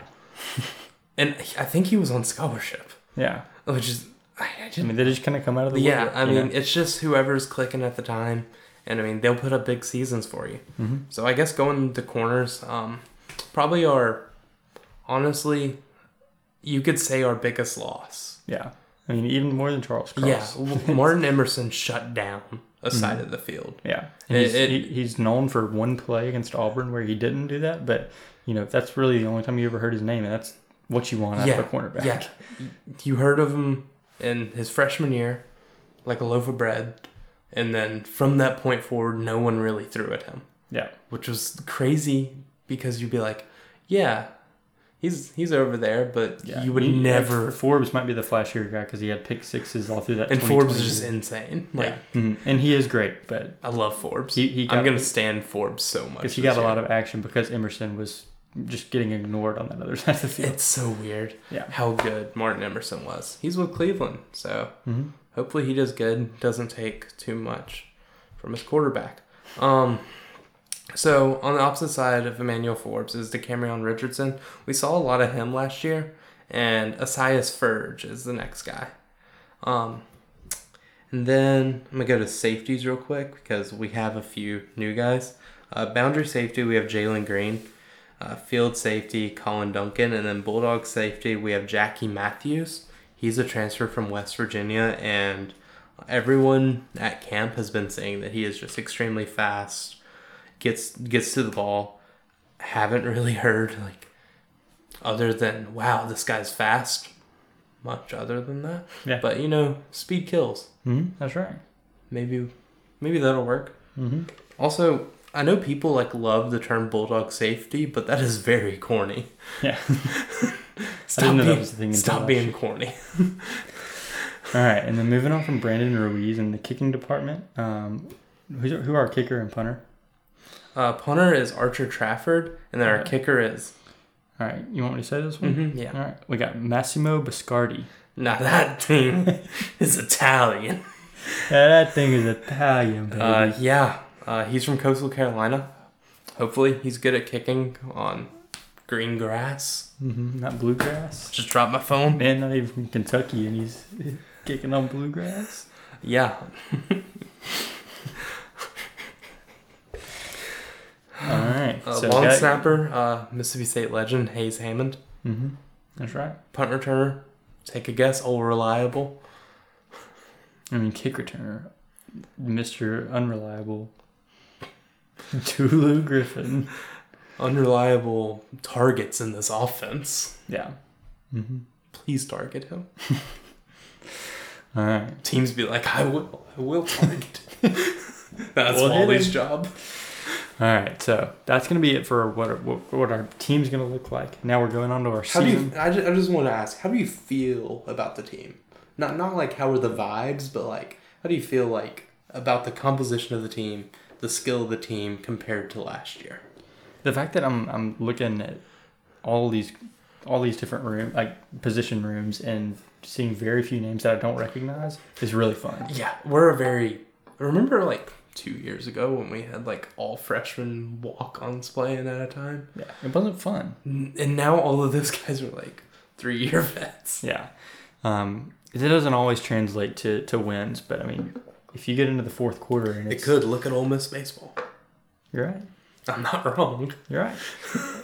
Speaker 2: And he- I think he was on scholarship,
Speaker 1: yeah.
Speaker 2: which is I, I
Speaker 1: I
Speaker 2: didn't.
Speaker 1: mean, they just kind of come out of the
Speaker 2: yeah,
Speaker 1: woodwork,
Speaker 2: I
Speaker 1: you know?
Speaker 2: mean, it's just whoever's clicking at the time, and I mean they'll put up big seasons for you.
Speaker 1: Mhm.
Speaker 2: So I guess going to corners, um, probably our honestly, you could say our biggest loss.
Speaker 1: yeah. I mean, even more than Charles
Speaker 2: Yeah,
Speaker 1: Cross.
Speaker 2: w- Martin Emerson shut down a side of the field.
Speaker 1: Yeah,
Speaker 2: It-
Speaker 1: and he's,
Speaker 2: it-
Speaker 1: he, he's known for one play against Auburn where he didn't do that, but you know that's really the only time you ever heard his name, and that's what you want out
Speaker 2: Yeah,
Speaker 1: of a cornerback.
Speaker 2: Yeah, you heard of him in his freshman year, like a loaf of bread, and then from that point forward, no one really threw at him,
Speaker 1: yeah,
Speaker 2: which was crazy because you'd be like, yeah, he's he's over there, but
Speaker 1: yeah.
Speaker 2: you would
Speaker 1: He-
Speaker 2: never.
Speaker 1: Forbes might be the flashier guy because he had pick sixes all through that.
Speaker 2: And Forbes
Speaker 1: 2020
Speaker 2: is just
Speaker 1: year.
Speaker 2: insane.
Speaker 1: yeah,
Speaker 2: Like
Speaker 1: Mhm. and he is great, but
Speaker 2: I love Forbes.
Speaker 1: He- he
Speaker 2: I'm
Speaker 1: got-
Speaker 2: gonna stand Forbes so much.
Speaker 1: because he
Speaker 2: this
Speaker 1: got a
Speaker 2: year.
Speaker 1: lot of action because Emerson was just getting ignored on that other side of the field.
Speaker 2: It's so weird.
Speaker 1: Yeah.
Speaker 2: How good Martin Emerson was. He's with Cleveland, so
Speaker 1: Mhm.
Speaker 2: hopefully he does good. Doesn't take too much from his quarterback. Um. So on the opposite side of Emmanuel Forbes is DeCamerion Richardson. We saw a lot of him last year, and Asias Ferge is the next guy. Um, and then I'm gonna go to safeties real quick because we have a few new guys. Uh, boundary safety we have Jalen Green, uh, field safety Colin Duncan, and then Bulldog safety we have Jackie Matthews. He's a transfer from West Virginia, and everyone at camp has been saying that he is just extremely fast. gets gets to the ball. Haven't really heard like other than wow this guy's fast. Much other than that,
Speaker 1: Yeah.
Speaker 2: but you know speed kills
Speaker 1: hmm That's right.
Speaker 2: maybe maybe that'll work
Speaker 1: hmm
Speaker 2: also i know people like love the term bulldog safety but that is very corny
Speaker 1: Yeah.
Speaker 2: stop
Speaker 1: know that
Speaker 2: being,
Speaker 1: was a thing until
Speaker 2: stop
Speaker 1: last
Speaker 2: being corny
Speaker 1: All right, and then moving on from Brandon Ruiz in the kicking department. Um, who's, who are our kicker and punter?
Speaker 2: uh, punter is archer trafford and then our
Speaker 1: Yeah. Mm-hmm.
Speaker 2: kicker is
Speaker 1: All right, you want me to say this one?
Speaker 2: Mhm, yeah
Speaker 1: All right, we got Massimo Biscardi.
Speaker 2: now that team is italian
Speaker 1: Yeah, that thing is Italian, baby.
Speaker 2: uh, yeah uh, he's from coastal carolina hopefully he's good at kicking on green grass
Speaker 1: hmm Not bluegrass.
Speaker 2: just dropped my phone
Speaker 1: Man, not even from Kentucky, and he's kicking on bluegrass.
Speaker 2: yeah
Speaker 1: All right,
Speaker 2: uh, long snapper uh, mississippi state legend hayes hammond
Speaker 1: hmm That's right.
Speaker 2: punt returner. Take a guess, all reliable.
Speaker 1: I mean, kick returner, Mister Unreliable, Tulu Griffin.
Speaker 2: Unreliable targets in this offense.
Speaker 1: Yeah. hmm
Speaker 2: Please target him.
Speaker 1: All right.
Speaker 2: Teams be like, I will, I will target. That's
Speaker 1: Well, hit
Speaker 2: Wally's
Speaker 1: him.
Speaker 2: job.
Speaker 1: All right. So that's gonna be it for what our, what, what our team's gonna look like. Now we're going on to our
Speaker 2: How do
Speaker 1: season.
Speaker 2: you? I just, I just want to ask, how do you feel about the team? Not not like how are the vibes, but like how do you feel like about the composition of the team, the skill of the team compared to last year?
Speaker 1: the fact that I'm I'm looking at all these all these different room like position rooms and seeing very few names that I don't recognize is really fun.
Speaker 2: Yeah, we're a very. Remember, like two years ago when we had like all freshmen walk-ons playing at a time,
Speaker 1: Yeah, it wasn't fun.
Speaker 2: N- and now all of those guys are like three-year vets.
Speaker 1: Yeah, um, it doesn't always translate to to wins, but I mean, if you get into the fourth quarter and
Speaker 2: It
Speaker 1: it's,
Speaker 2: could look at Ole Miss baseball.
Speaker 1: you're right,
Speaker 2: I'm not wrong.
Speaker 1: you're right.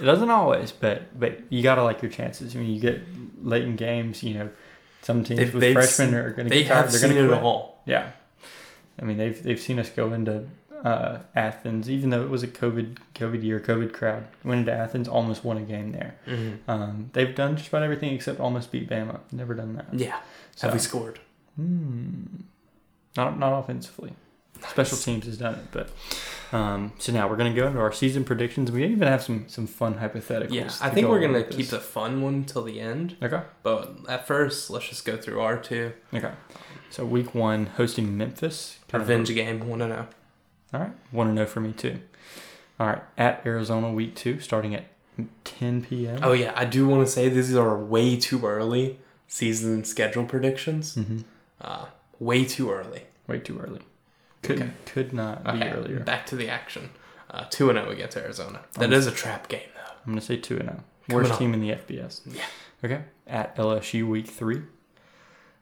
Speaker 1: it doesn't always, but but you gotta like your chances. I mean, you get late in games, you know, some teams
Speaker 2: They've-
Speaker 1: with
Speaker 2: they've
Speaker 1: freshmen
Speaker 2: seen-
Speaker 1: are gonna
Speaker 2: They
Speaker 1: get tired.
Speaker 2: have
Speaker 1: They're
Speaker 2: seen
Speaker 1: gonna
Speaker 2: it
Speaker 1: quit.
Speaker 2: all.
Speaker 1: Yeah, I mean they've they've seen us go into uh, Athens, even though it was a COVID COVID year, COVID crowd. Went into Athens, almost won a game there.
Speaker 2: Mm-hmm.
Speaker 1: Um, they've done just about everything except almost beat Bama. Never done that.
Speaker 2: Yeah.
Speaker 1: So,
Speaker 2: Have we scored?
Speaker 1: hmm, not not offensively. Special teams has done it, but um, so now we're gonna go into our season predictions. We even have some some fun hypotheticals.
Speaker 2: Yeah,
Speaker 1: to
Speaker 2: I think
Speaker 1: go
Speaker 2: we're
Speaker 1: along
Speaker 2: gonna
Speaker 1: with
Speaker 2: keep
Speaker 1: this.
Speaker 2: the fun one till the end.
Speaker 1: Okay.
Speaker 2: But at first, let's just go through our two
Speaker 1: Okay. So week one hosting Memphis. Kind of a-
Speaker 2: oh. revenge game. Want to know?
Speaker 1: All right. Want to know for me too. All right, at Arizona week two, starting at 10 p.m.
Speaker 2: Oh yeah, I do want to say these are way too early season schedule predictions.
Speaker 1: Mm-hmm.
Speaker 2: Uh, way too early.
Speaker 1: Way too early. Could
Speaker 2: Okay.
Speaker 1: could not be
Speaker 2: Okay,
Speaker 1: earlier.
Speaker 2: back to the action. Uh, Two and zero against Arizona. That
Speaker 1: Um,
Speaker 2: is a trap game though.
Speaker 1: I'm gonna say two and zero.
Speaker 2: Coming
Speaker 1: Worst
Speaker 2: up.
Speaker 1: team in the FBS.
Speaker 2: Yeah.
Speaker 1: Okay. At LSU week three,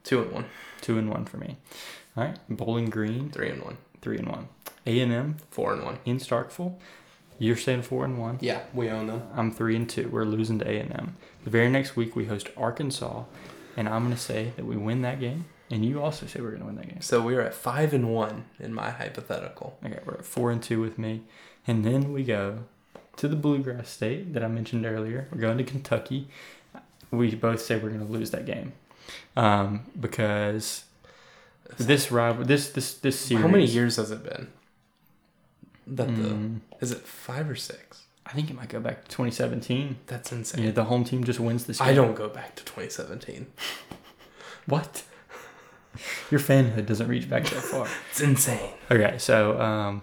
Speaker 2: Two and one,
Speaker 1: two and one for me. All right. Bowling Green,
Speaker 2: three and one,
Speaker 1: three and one. A and M
Speaker 2: four and one.
Speaker 1: in Starkville. You're saying four and one.
Speaker 2: Yeah, we own them.
Speaker 1: I'm three and two. We're losing to A and M. The very next week we host Arkansas, and I'm gonna say that we win that game, and you also say we're gonna win that game.
Speaker 2: So we are at five and one in my hypothetical.
Speaker 1: Okay, we're at four and two with me, and then we go to the Bluegrass State that I mentioned earlier. We're going to Kentucky. We both say we're going to lose that game um, because this rival, this this this series.
Speaker 2: How many years has it been? Hmm. That
Speaker 1: Mm,
Speaker 2: the is it five or six?
Speaker 1: I think it might go back to 2017.
Speaker 2: That's
Speaker 1: Yeah,
Speaker 2: insane.
Speaker 1: the home team just wins this. Game.
Speaker 2: I don't go back to 2017.
Speaker 1: What? Your fanhood doesn't reach back that far.
Speaker 2: It's insane.
Speaker 1: Okay, so um,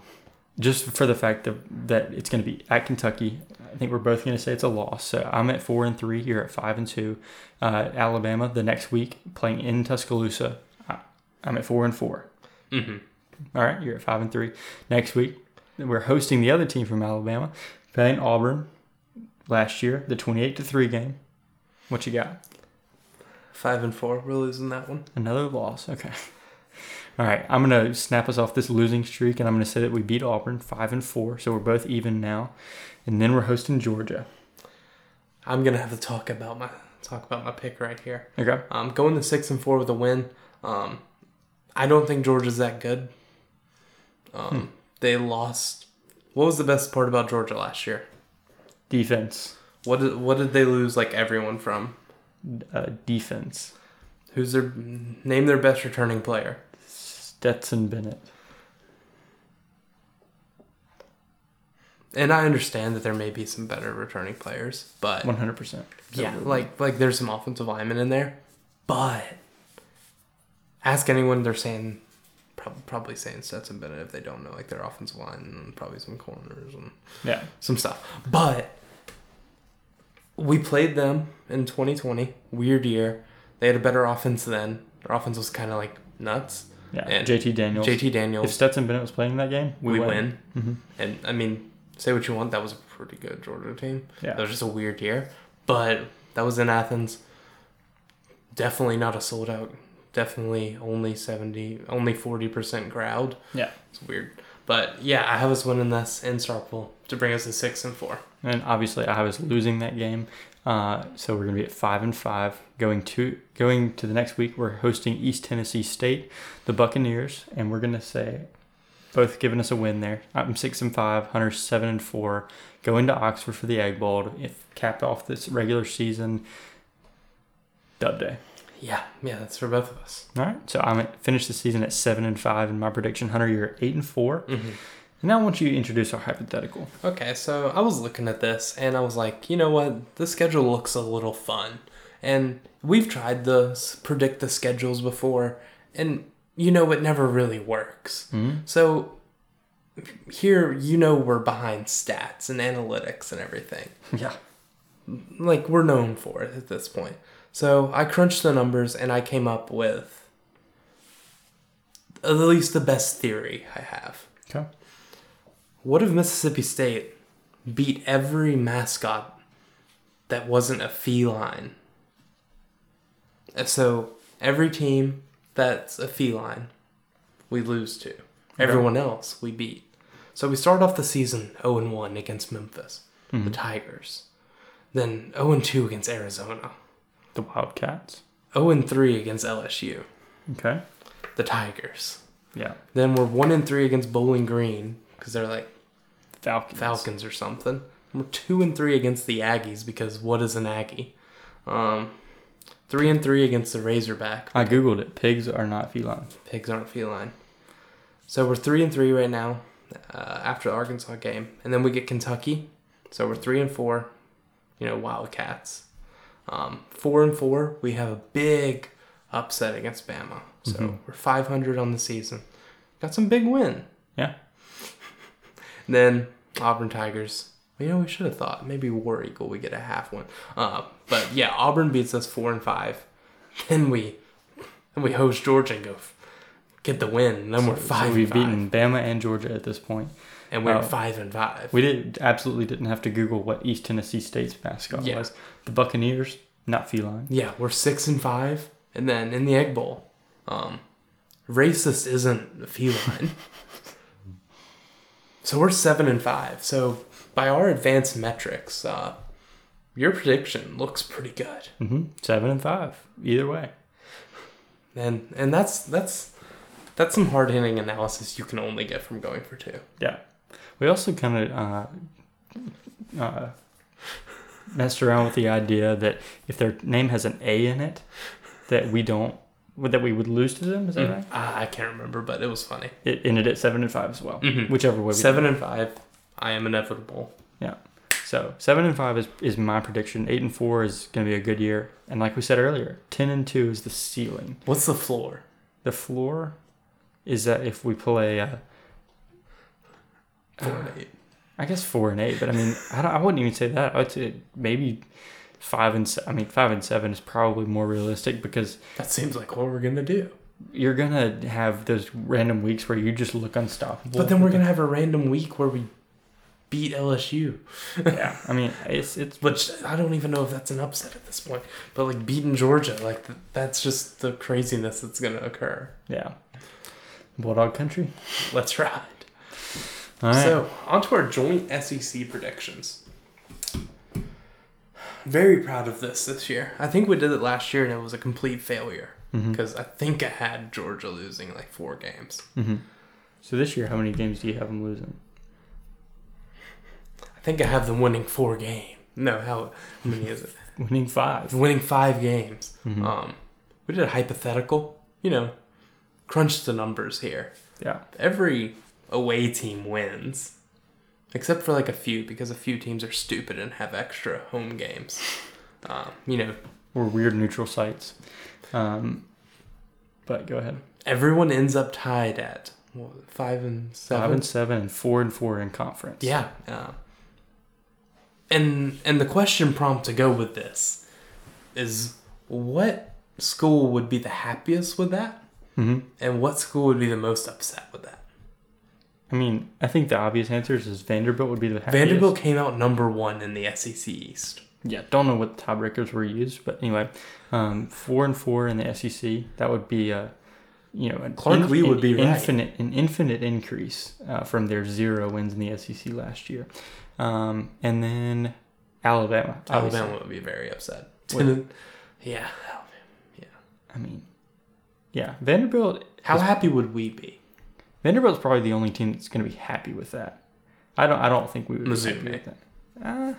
Speaker 1: just for the fact that, that it's going to be at Kentucky, I think we're both going to say it's a loss. So I'm at four and three. You're at five and two. Uh, Alabama the next week playing in Tuscaloosa. I- I'm at four and four.
Speaker 2: Mm-hmm.
Speaker 1: All right, you're at five and three. Next week we're hosting the other team from Alabama, playing Auburn. Last year the 28 to three game. What you got?
Speaker 2: Five and four. We're losing that one.
Speaker 1: Another loss. Okay. All right, I'm gonna snap us off this losing streak, and I'm gonna say that we beat Auburn five and four, so we're both even now. And then we're hosting Georgia.
Speaker 2: I'm gonna have to talk about my talk about my pick right here.
Speaker 1: Okay.
Speaker 2: Um, going to six and four with a win. Um, I don't think Georgia's that good. Um, they lost. What was the best part about Georgia last year?
Speaker 1: Defense.
Speaker 2: What did, what did they lose like everyone from?
Speaker 1: Uh, defense.
Speaker 2: Who's their name their best returning player?
Speaker 1: Stetson Bennett.
Speaker 2: And I understand that there may be some better returning players, but
Speaker 1: 100%.
Speaker 2: yeah, like like there's some offensive linemen in there, but ask anyone they're saying probably probably saying Stetson Bennett if they don't know like their offensive line and probably some corners and
Speaker 1: Yeah.
Speaker 2: some stuff. But we played them in 2020, weird year. They had a better offense then. Their offense was kind of like nuts.
Speaker 1: Yeah.
Speaker 2: And
Speaker 1: JT Daniels.
Speaker 2: JT
Speaker 1: If
Speaker 2: Daniels,
Speaker 1: Stetson Bennett was playing that game, we,
Speaker 2: we, win.
Speaker 1: Mhm.
Speaker 2: And I mean, say what you want, that was a pretty good Georgia team. That
Speaker 1: Yeah.
Speaker 2: was just a weird year, but that was in Athens. Definitely not a sold out. Definitely only 70, only 40% crowd.
Speaker 1: Yeah.
Speaker 2: It's weird. But yeah, I have us winning this in Starkville to bring us to 6 and 4.
Speaker 1: And obviously, I was losing that game. Uh, so we're gonna be at five and five going to going to the next week. We're hosting East Tennessee State, the Buccaneers, and we're gonna say both giving us a win there. I'm six and five, Hunter's seven and four, going to Oxford for the Egg Bowl. to If cap off this regular season, dub day.
Speaker 2: Yeah, yeah, that's for both of us.
Speaker 1: All right, so I'm at, finish the season at seven and five in my prediction. Hunter, you're at eight and four, and now I want you to introduce our hypothetical.
Speaker 2: Okay, so I was looking at this and I was like, you know what? The schedule looks a little fun. And we've tried the s- predict the schedules before, and you know, it never really works. So here, you know, we're behind stats and analytics and everything.
Speaker 1: Yeah,
Speaker 2: Like, we're known for it at this point. So I crunched the numbers and I came up with at least the best theory I have.
Speaker 1: okay,
Speaker 2: What if Mississippi State beat every mascot that wasn't a feline? Uh, So every team that's a feline, we lose to. Everyone else, we beat. So we start off the season 0 and 1 against Memphis, the Tigers. Then 0 and 2 against Arizona,
Speaker 1: the Wildcats.
Speaker 2: 0 and 3 against LSU,
Speaker 1: Okay,
Speaker 2: the Tigers.
Speaker 1: yeah,
Speaker 2: Then we're 1 and 3 against Bowling Green because they're like
Speaker 1: Falcons.
Speaker 2: Falcons or something. We're two and three against the Aggies because what is an Aggie? Um, three and three against the Razorback.
Speaker 1: I googled it. Pigs are not feline.
Speaker 2: Pigs aren't feline. So we're three and three right now uh, after the Arkansas game, and then we get Kentucky. So we're three and four. You know, Wildcats. Um, four and four. We have a big upset against Bama. So
Speaker 1: Mm-hmm.
Speaker 2: we're five hundred on the season. Got some big win.
Speaker 1: Yeah.
Speaker 2: Then Auburn Tigers. You know, we should have thought maybe War Eagle we get a half one. Uh, but yeah, Auburn beats us four and five. Then we then we host Georgia and go f- get the win. And then we're five
Speaker 1: So we've
Speaker 2: and
Speaker 1: beaten
Speaker 2: five,
Speaker 1: Bama and Georgia at this point.
Speaker 2: and we're
Speaker 1: oh.
Speaker 2: five and five.
Speaker 1: We did absolutely didn't have to Google what East Tennessee State's mascot
Speaker 2: Yeah.
Speaker 1: was. The Buccaneers, not feline.
Speaker 2: yeah, we're six and five, and then in the Egg Bowl, um, racist isn't feline. so we're seven and five. So by our advanced metrics, uh, your prediction looks pretty good.
Speaker 1: hmm Seven and five. Either way.
Speaker 2: And and that's that's that's some hard hitting analysis you can only get from going for two.
Speaker 1: Yeah. We also kind of uh, uh, messed around with the idea that if their name has an A in it, that we don't, that we would lose to them. Is that right?
Speaker 2: Ah, I can't remember, but it was funny.
Speaker 1: It ended at seven and five as well.
Speaker 2: Mhm.
Speaker 1: Whichever way. We
Speaker 2: Seven and five, I am inevitable.
Speaker 1: So seven and five is, is my prediction. Eight and four is going to be a good year. And like we said earlier, ten and two is the ceiling.
Speaker 2: What's the floor?
Speaker 1: The floor is that if we play, uh,
Speaker 2: Four
Speaker 1: Ah.
Speaker 2: and eight.
Speaker 1: I guess four and eight, but I mean, I, don't, I wouldn't even say that. I'd say maybe five and se- I mean five and seven is probably more realistic because
Speaker 2: That seems like what we're gonna do.
Speaker 1: you're gonna have those random weeks where you just look unstoppable.
Speaker 2: But then we're gonna have a random week where we beat LSU,
Speaker 1: yeah. I mean, it's it's
Speaker 2: which I don't even know if that's an upset at this point. But like beating Georgia, like th- that's just the craziness that's gonna occur.
Speaker 1: yeah, bulldog country.
Speaker 2: Let's ride.
Speaker 1: All right.
Speaker 2: So on to our joint SEC predictions. Very proud of this this year. I think we did it last year and it was a complete failure
Speaker 1: Mhm.
Speaker 2: because I think I had Georgia losing like four games.
Speaker 1: Mhm. So this year, how many games do you have them losing?
Speaker 2: I think I have them winning four games. No, how how many is it?
Speaker 1: Winning five.
Speaker 2: winning five games.
Speaker 1: Mhm.
Speaker 2: Um, we did a hypothetical, you know, crunch the numbers here.
Speaker 1: Yeah.
Speaker 2: Every away team wins, except for like a few, because a few teams are stupid and have extra home games. Um, you know,
Speaker 1: Or weird neutral sites. Um, but go ahead.
Speaker 2: everyone ends up tied at what, five and seven.
Speaker 1: Five and seven and four and four in conference.
Speaker 2: Yeah. Uh, and and the question prompt to go with this is what school would be the happiest with that,
Speaker 1: hmm
Speaker 2: and what school would be the most upset with that?
Speaker 1: I mean, I think the obvious answer is Vanderbilt would be the happiest.
Speaker 2: Vanderbilt came out number one in the SEC East.
Speaker 1: Yeah, don't know what tiebreakers were used, but anyway, um, four and four in the SEC. That would be a, you know, an
Speaker 2: Clark Lee would be right.
Speaker 1: infinite an infinite increase uh, from their zero wins in the SEC last year, um, and then Alabama. obviously.
Speaker 2: Alabama would be very upset.
Speaker 1: Would-
Speaker 2: yeah.
Speaker 1: I mean, yeah, Vanderbilt.
Speaker 2: How happy would we be?
Speaker 1: Vanderbilt's probably the only team that's going to be happy with that. I don't. I don't think we would. Be
Speaker 2: Mizzou
Speaker 1: happy
Speaker 2: may.
Speaker 1: with that. Uh,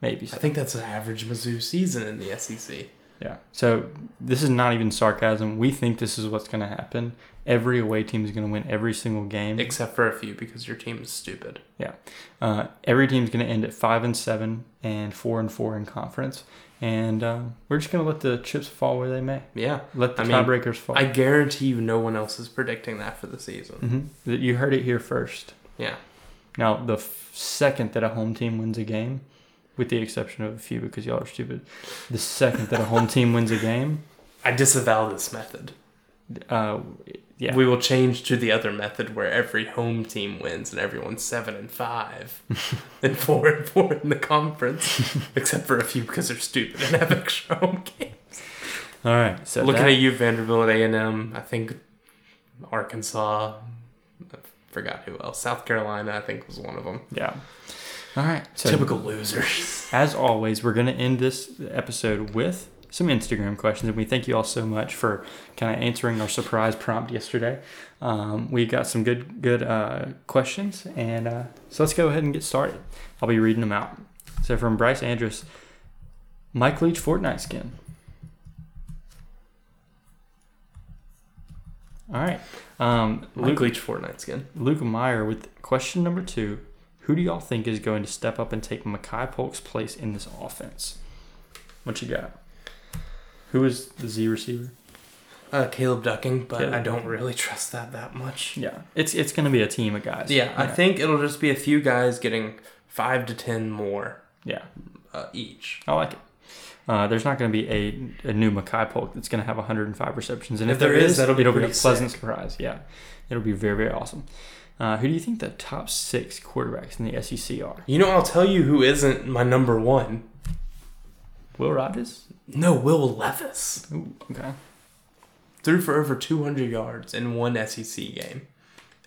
Speaker 1: maybe.
Speaker 2: I
Speaker 1: So.
Speaker 2: think that's an average Mizzou season in the E SEC.
Speaker 1: Yeah. So this is not even sarcasm. We think this is what's going to happen. Every away team is going to win every single game.
Speaker 2: Except for a few because your team is stupid.
Speaker 1: Yeah. Uh, every team's going to end at five and seven and four and four in conference, and um, we're just going to let the chips fall where they may.
Speaker 2: Yeah.
Speaker 1: Let the
Speaker 2: I mean,
Speaker 1: tiebreakers fall.
Speaker 2: I guarantee you no one else is predicting that for the season.
Speaker 1: Mhm. That You heard it here first.
Speaker 2: Yeah.
Speaker 1: Now the f- second that a home team wins a game, with the exception of a few because y'all are stupid, the second that a home team wins a game,
Speaker 2: I disavow this method.
Speaker 1: uh, yeah,
Speaker 2: We will change to the other method where every home team wins and everyone's seven and five and four and four in the conference. except for a few because they're stupid and have extra home games.
Speaker 1: all right. So
Speaker 2: Looking
Speaker 1: that-
Speaker 2: at you, Vanderbilt, A and M. I think Arkansas. I forgot who else. South Carolina, I think, was one of them.
Speaker 1: yeah. All right. So
Speaker 2: Typical losers.
Speaker 1: As always, we're going to end this episode with some Instagram questions, and we thank you all so much for kind of answering our surprise prompt yesterday. Um, we got some good good uh, questions, and uh, so let's go ahead and get started. I'll be reading them out. So from Bryce Andrus, Mike Leach Fortnite skin. All right, um,
Speaker 2: Luke
Speaker 1: Luke,
Speaker 2: Leach Fortnite skin.
Speaker 1: Luke Meyer with question number two. Who do y'all think is going to step up and take Makai Polk's place in this offense? What you got? Who is the Z receiver?
Speaker 2: uh, Caleb Ducking, but
Speaker 1: Caleb
Speaker 2: I don't really trust that that much.
Speaker 1: Yeah, it's it's gonna be a team of guys.
Speaker 2: Yeah, I think it'll just be a few guys getting five to ten more
Speaker 1: Yeah,
Speaker 2: uh, each.
Speaker 1: I like it. Uh, there's not going to be a, a new Makai Polk that's going to have 105 receptions, and if,
Speaker 2: If there is, that'll be
Speaker 1: it'll be a
Speaker 2: pretty
Speaker 1: pleasant surprise. Yeah, it'll be very very awesome. Uh, who do you think the top six quarterbacks in the SEC are?
Speaker 2: You know, I'll tell you who isn't my number one.
Speaker 1: Will Rogers.
Speaker 2: No, Will Levis
Speaker 1: Ooh, okay.
Speaker 2: threw for over 200 yards in one SEC game,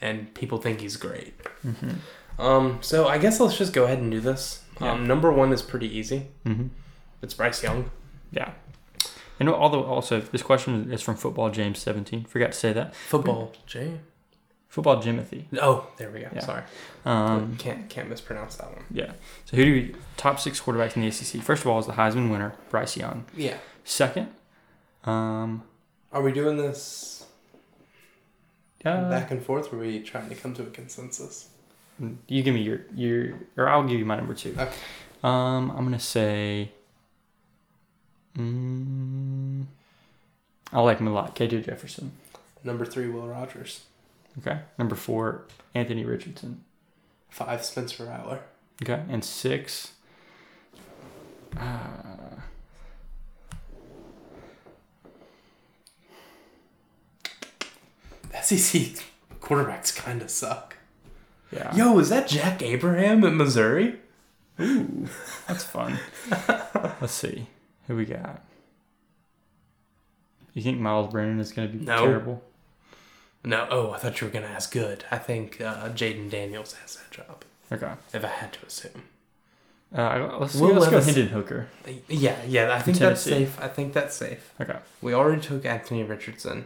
Speaker 2: and people think he's great.
Speaker 1: Mm-hmm.
Speaker 2: Um, so I guess let's just go ahead and do this.
Speaker 1: Yeah.
Speaker 2: Um, number one is pretty easy.
Speaker 1: Mm-hmm.
Speaker 2: It's Bryce Young.
Speaker 1: Yeah. And although also this question is from Football James 17. Forgot to say that.
Speaker 2: Football, Jay.
Speaker 1: Football Jimothy.
Speaker 2: Oh, there we go.
Speaker 1: Yeah.
Speaker 2: Sorry,
Speaker 1: Um,
Speaker 2: can't can't mispronounce that one.
Speaker 1: yeah. So who do you top six quarterbacks in the SEC? First of all is the Heisman winner Bryce Young.
Speaker 2: Yeah.
Speaker 1: Second, um,
Speaker 2: Are we doing this
Speaker 1: uh,
Speaker 2: back and forth? Or are we trying to come to a consensus?
Speaker 1: You give me your your or I'll give you my number two.
Speaker 2: Okay.
Speaker 1: Um, I'm gonna say. Mm, I like him a lot. K2 Jefferson.
Speaker 2: Number three, Will Rogers.
Speaker 1: Okay. Number four, Anthony Richardson.
Speaker 2: Five, Spencer Rattler.
Speaker 1: Okay. And six. Uh,
Speaker 2: SEC E quarterbacks kind of suck.
Speaker 1: yeah.
Speaker 2: Yo, is that Jack Abraham at Missouri?
Speaker 1: Ooh, that's fun. Let's see. Who we got? You think Miles Brennan is gonna be
Speaker 2: No.
Speaker 1: terrible?
Speaker 2: No. Oh, I thought you were gonna ask. Good. I think uh, Jaden Daniels has that job.
Speaker 1: Okay.
Speaker 2: If I had to assume.
Speaker 1: Uh, let's see.
Speaker 2: Will
Speaker 1: let's go
Speaker 2: Levis-
Speaker 1: Hendon Hooker.
Speaker 2: Yeah, yeah. I think that's
Speaker 1: Tennessee.
Speaker 2: safe. I think that's safe.
Speaker 1: Okay.
Speaker 2: We already took Anthony Richardson.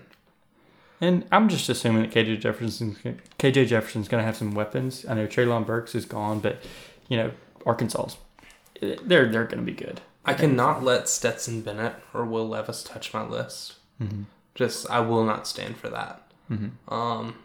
Speaker 1: And I'm just assuming that KJ Jefferson's gonna- KJ Jefferson's going to have some weapons. I know Traylon Burks is gone, but you know Arkansas's they're they're going to be good.
Speaker 2: I cannot let Stetson Bennett or Will Levis touch my list.
Speaker 1: Mm-hmm.
Speaker 2: Just I will not stand for that.
Speaker 1: hmm
Speaker 2: Um,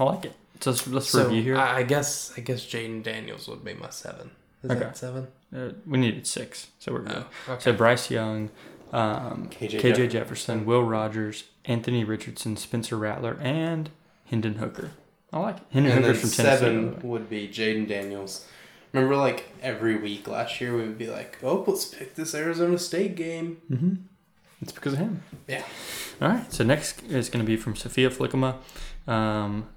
Speaker 1: I like it. So let's, let's
Speaker 2: so
Speaker 1: review here.
Speaker 2: I, I guess I guess Jaden Daniels would be my seven. Is
Speaker 1: Okay.
Speaker 2: that seven?
Speaker 1: uh, we needed six, so we're good.
Speaker 2: Oh, okay.
Speaker 1: So Bryce Young, um,
Speaker 2: KJ
Speaker 1: KJ, Jefferson, Will Rogers, Anthony Richardson, Spencer Rattler, and Hendon Hooker. I like it. Hendon
Speaker 3: And then
Speaker 1: Hooker's from Tennessee. by the
Speaker 3: seven
Speaker 1: way.
Speaker 3: would be Jaden Daniels. Remember, like every week last year, we would be like, "Oh, let's pick this Arizona State game."
Speaker 1: Mm-hmm. It's because of him.
Speaker 3: Yeah.
Speaker 1: All right. So next is going to be from Sophia Flickema. Um,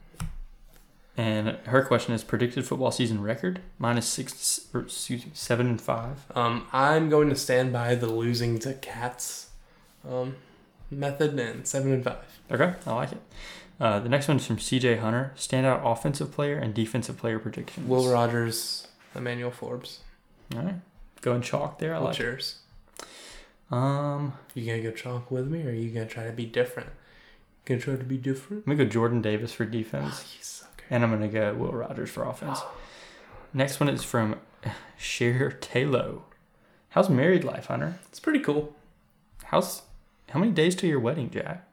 Speaker 1: and her question is predicted football season record minus six, or excuse me, seven and five.
Speaker 2: Um, I'm going to stand by the losing to cats, um, method and seven and five.
Speaker 1: Okay. I like it. Uh, the next one's from CJ Hunter standout offensive player and defensive player predictions.
Speaker 2: Will Rogers, Emmanuel Forbes.
Speaker 1: All right. Going chalk there. I like it.
Speaker 2: Cheers.
Speaker 1: Um,
Speaker 2: You gonna go chalk with me, or you gonna try to be different? gonna try to be different?
Speaker 1: I'm going to go Jordan Davis for
Speaker 3: Ah,
Speaker 2: Oh,
Speaker 1: defense,
Speaker 2: you sucker.
Speaker 1: and I'm going to go Will Rogers for offense. Next one is from Sheer Taylor. How's married life, Hunter?
Speaker 2: It's pretty cool.
Speaker 1: How's how many days to your wedding, Jack?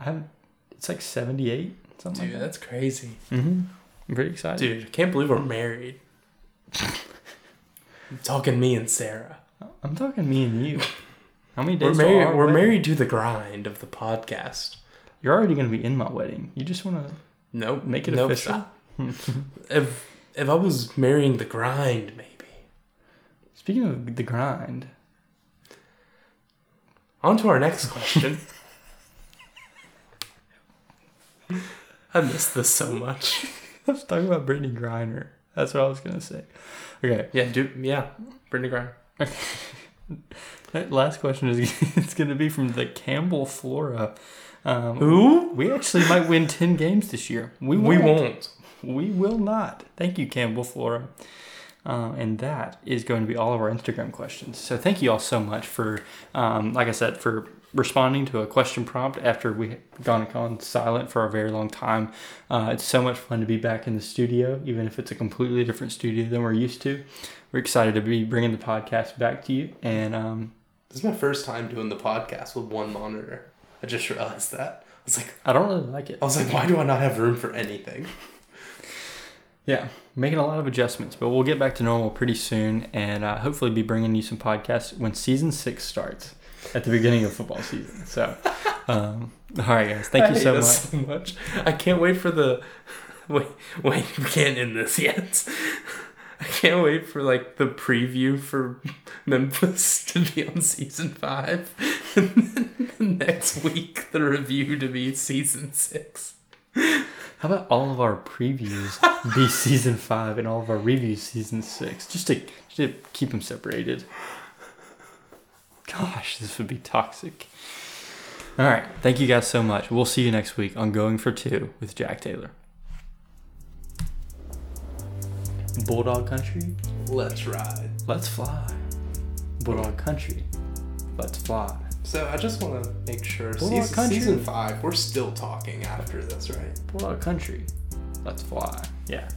Speaker 1: I haven't. It's like seventy-eight, something
Speaker 2: Dude,
Speaker 1: like
Speaker 2: that's crazy.
Speaker 1: that. Mm-hmm. I'm pretty excited.
Speaker 2: Dude, I can't believe we're married. You're talking me and Sarah.
Speaker 1: I'm talking me and you. How many
Speaker 2: We're
Speaker 1: days? till
Speaker 2: married.
Speaker 1: our
Speaker 2: We're
Speaker 1: wedding?
Speaker 2: married to the grind of the podcast.
Speaker 1: You're already gonna be in my wedding. You just wanna
Speaker 2: Nope.
Speaker 1: make it
Speaker 2: nope,
Speaker 1: official.
Speaker 2: stop. if if I was marrying the grind, maybe.
Speaker 1: Speaking of the grind,
Speaker 2: On to our next question. I miss this so much.
Speaker 1: let's talk about Brittany Griner. That's what I was gonna say. Okay,
Speaker 2: Yeah, dude. Yeah, Brittany Grind.
Speaker 1: that last question is it's gonna be from the Campbell Flora. Um,
Speaker 2: Who?
Speaker 1: We actually might win ten games this year. We
Speaker 2: We
Speaker 1: won't.
Speaker 2: won't.
Speaker 1: We will not. Thank you, Campbell Flora. Um, and that is going to be all of our Instagram questions. So thank you all so much for, um, like I said, for responding to a question prompt after we had gone gone silent for a very long time. Uh, it's so much fun to be back in the studio, even if it's a completely different studio than we're used to. We're excited to be bringing the podcast back to you. And um,
Speaker 3: This is my first time doing the podcast with one monitor. I just realized that. I was like,
Speaker 1: I don't really like it.
Speaker 3: I was like, why do I not have room for anything?
Speaker 1: Yeah, making a lot of adjustments, but we'll get back to normal pretty soon and uh, hopefully be bringing you some podcasts when season six starts. at the beginning of football season. So, um, all right, guys, thank
Speaker 4: I
Speaker 1: you
Speaker 4: hate
Speaker 1: so much.
Speaker 4: this so much. I can't wait for the. Wait, wait, we can't end this yet. I can't wait for like the preview for Memphis to be on season five, and then next week the review to be season six.
Speaker 1: How about all of our previews be season five and all of our reviews season six, just to just to keep them separated. Gosh, this would be toxic. All right, thank you guys so much. We'll see you next week on Going for Two with Jack Taylor. Bulldog Country,
Speaker 2: Let's ride.
Speaker 1: let's fly. Bulldog Country, let's fly.
Speaker 2: So I just want to make sure
Speaker 1: Bulldog
Speaker 2: season,
Speaker 1: Country.
Speaker 2: season five. We're still talking after this, right?
Speaker 1: Bulldog Country, let's fly. Yeah.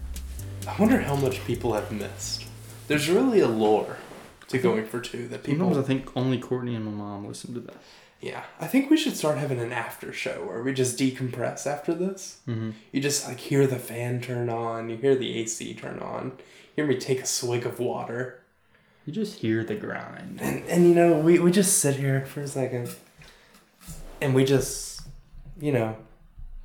Speaker 2: I wonder how much people have missed. There's really a lore
Speaker 1: Hmm.
Speaker 2: to going for two that
Speaker 1: Sometimes I
Speaker 2: people.
Speaker 1: think only Courtney and my mom listened to that.
Speaker 2: Yeah, I think we should start having an after show where we just decompress after this.
Speaker 1: Mm-hmm.
Speaker 2: You just like hear the fan turn on, you hear the AC turn on, hear me take a swig of water,
Speaker 1: You just hear the grind.
Speaker 2: and and you know we we just sit here for a second, and we just, you know,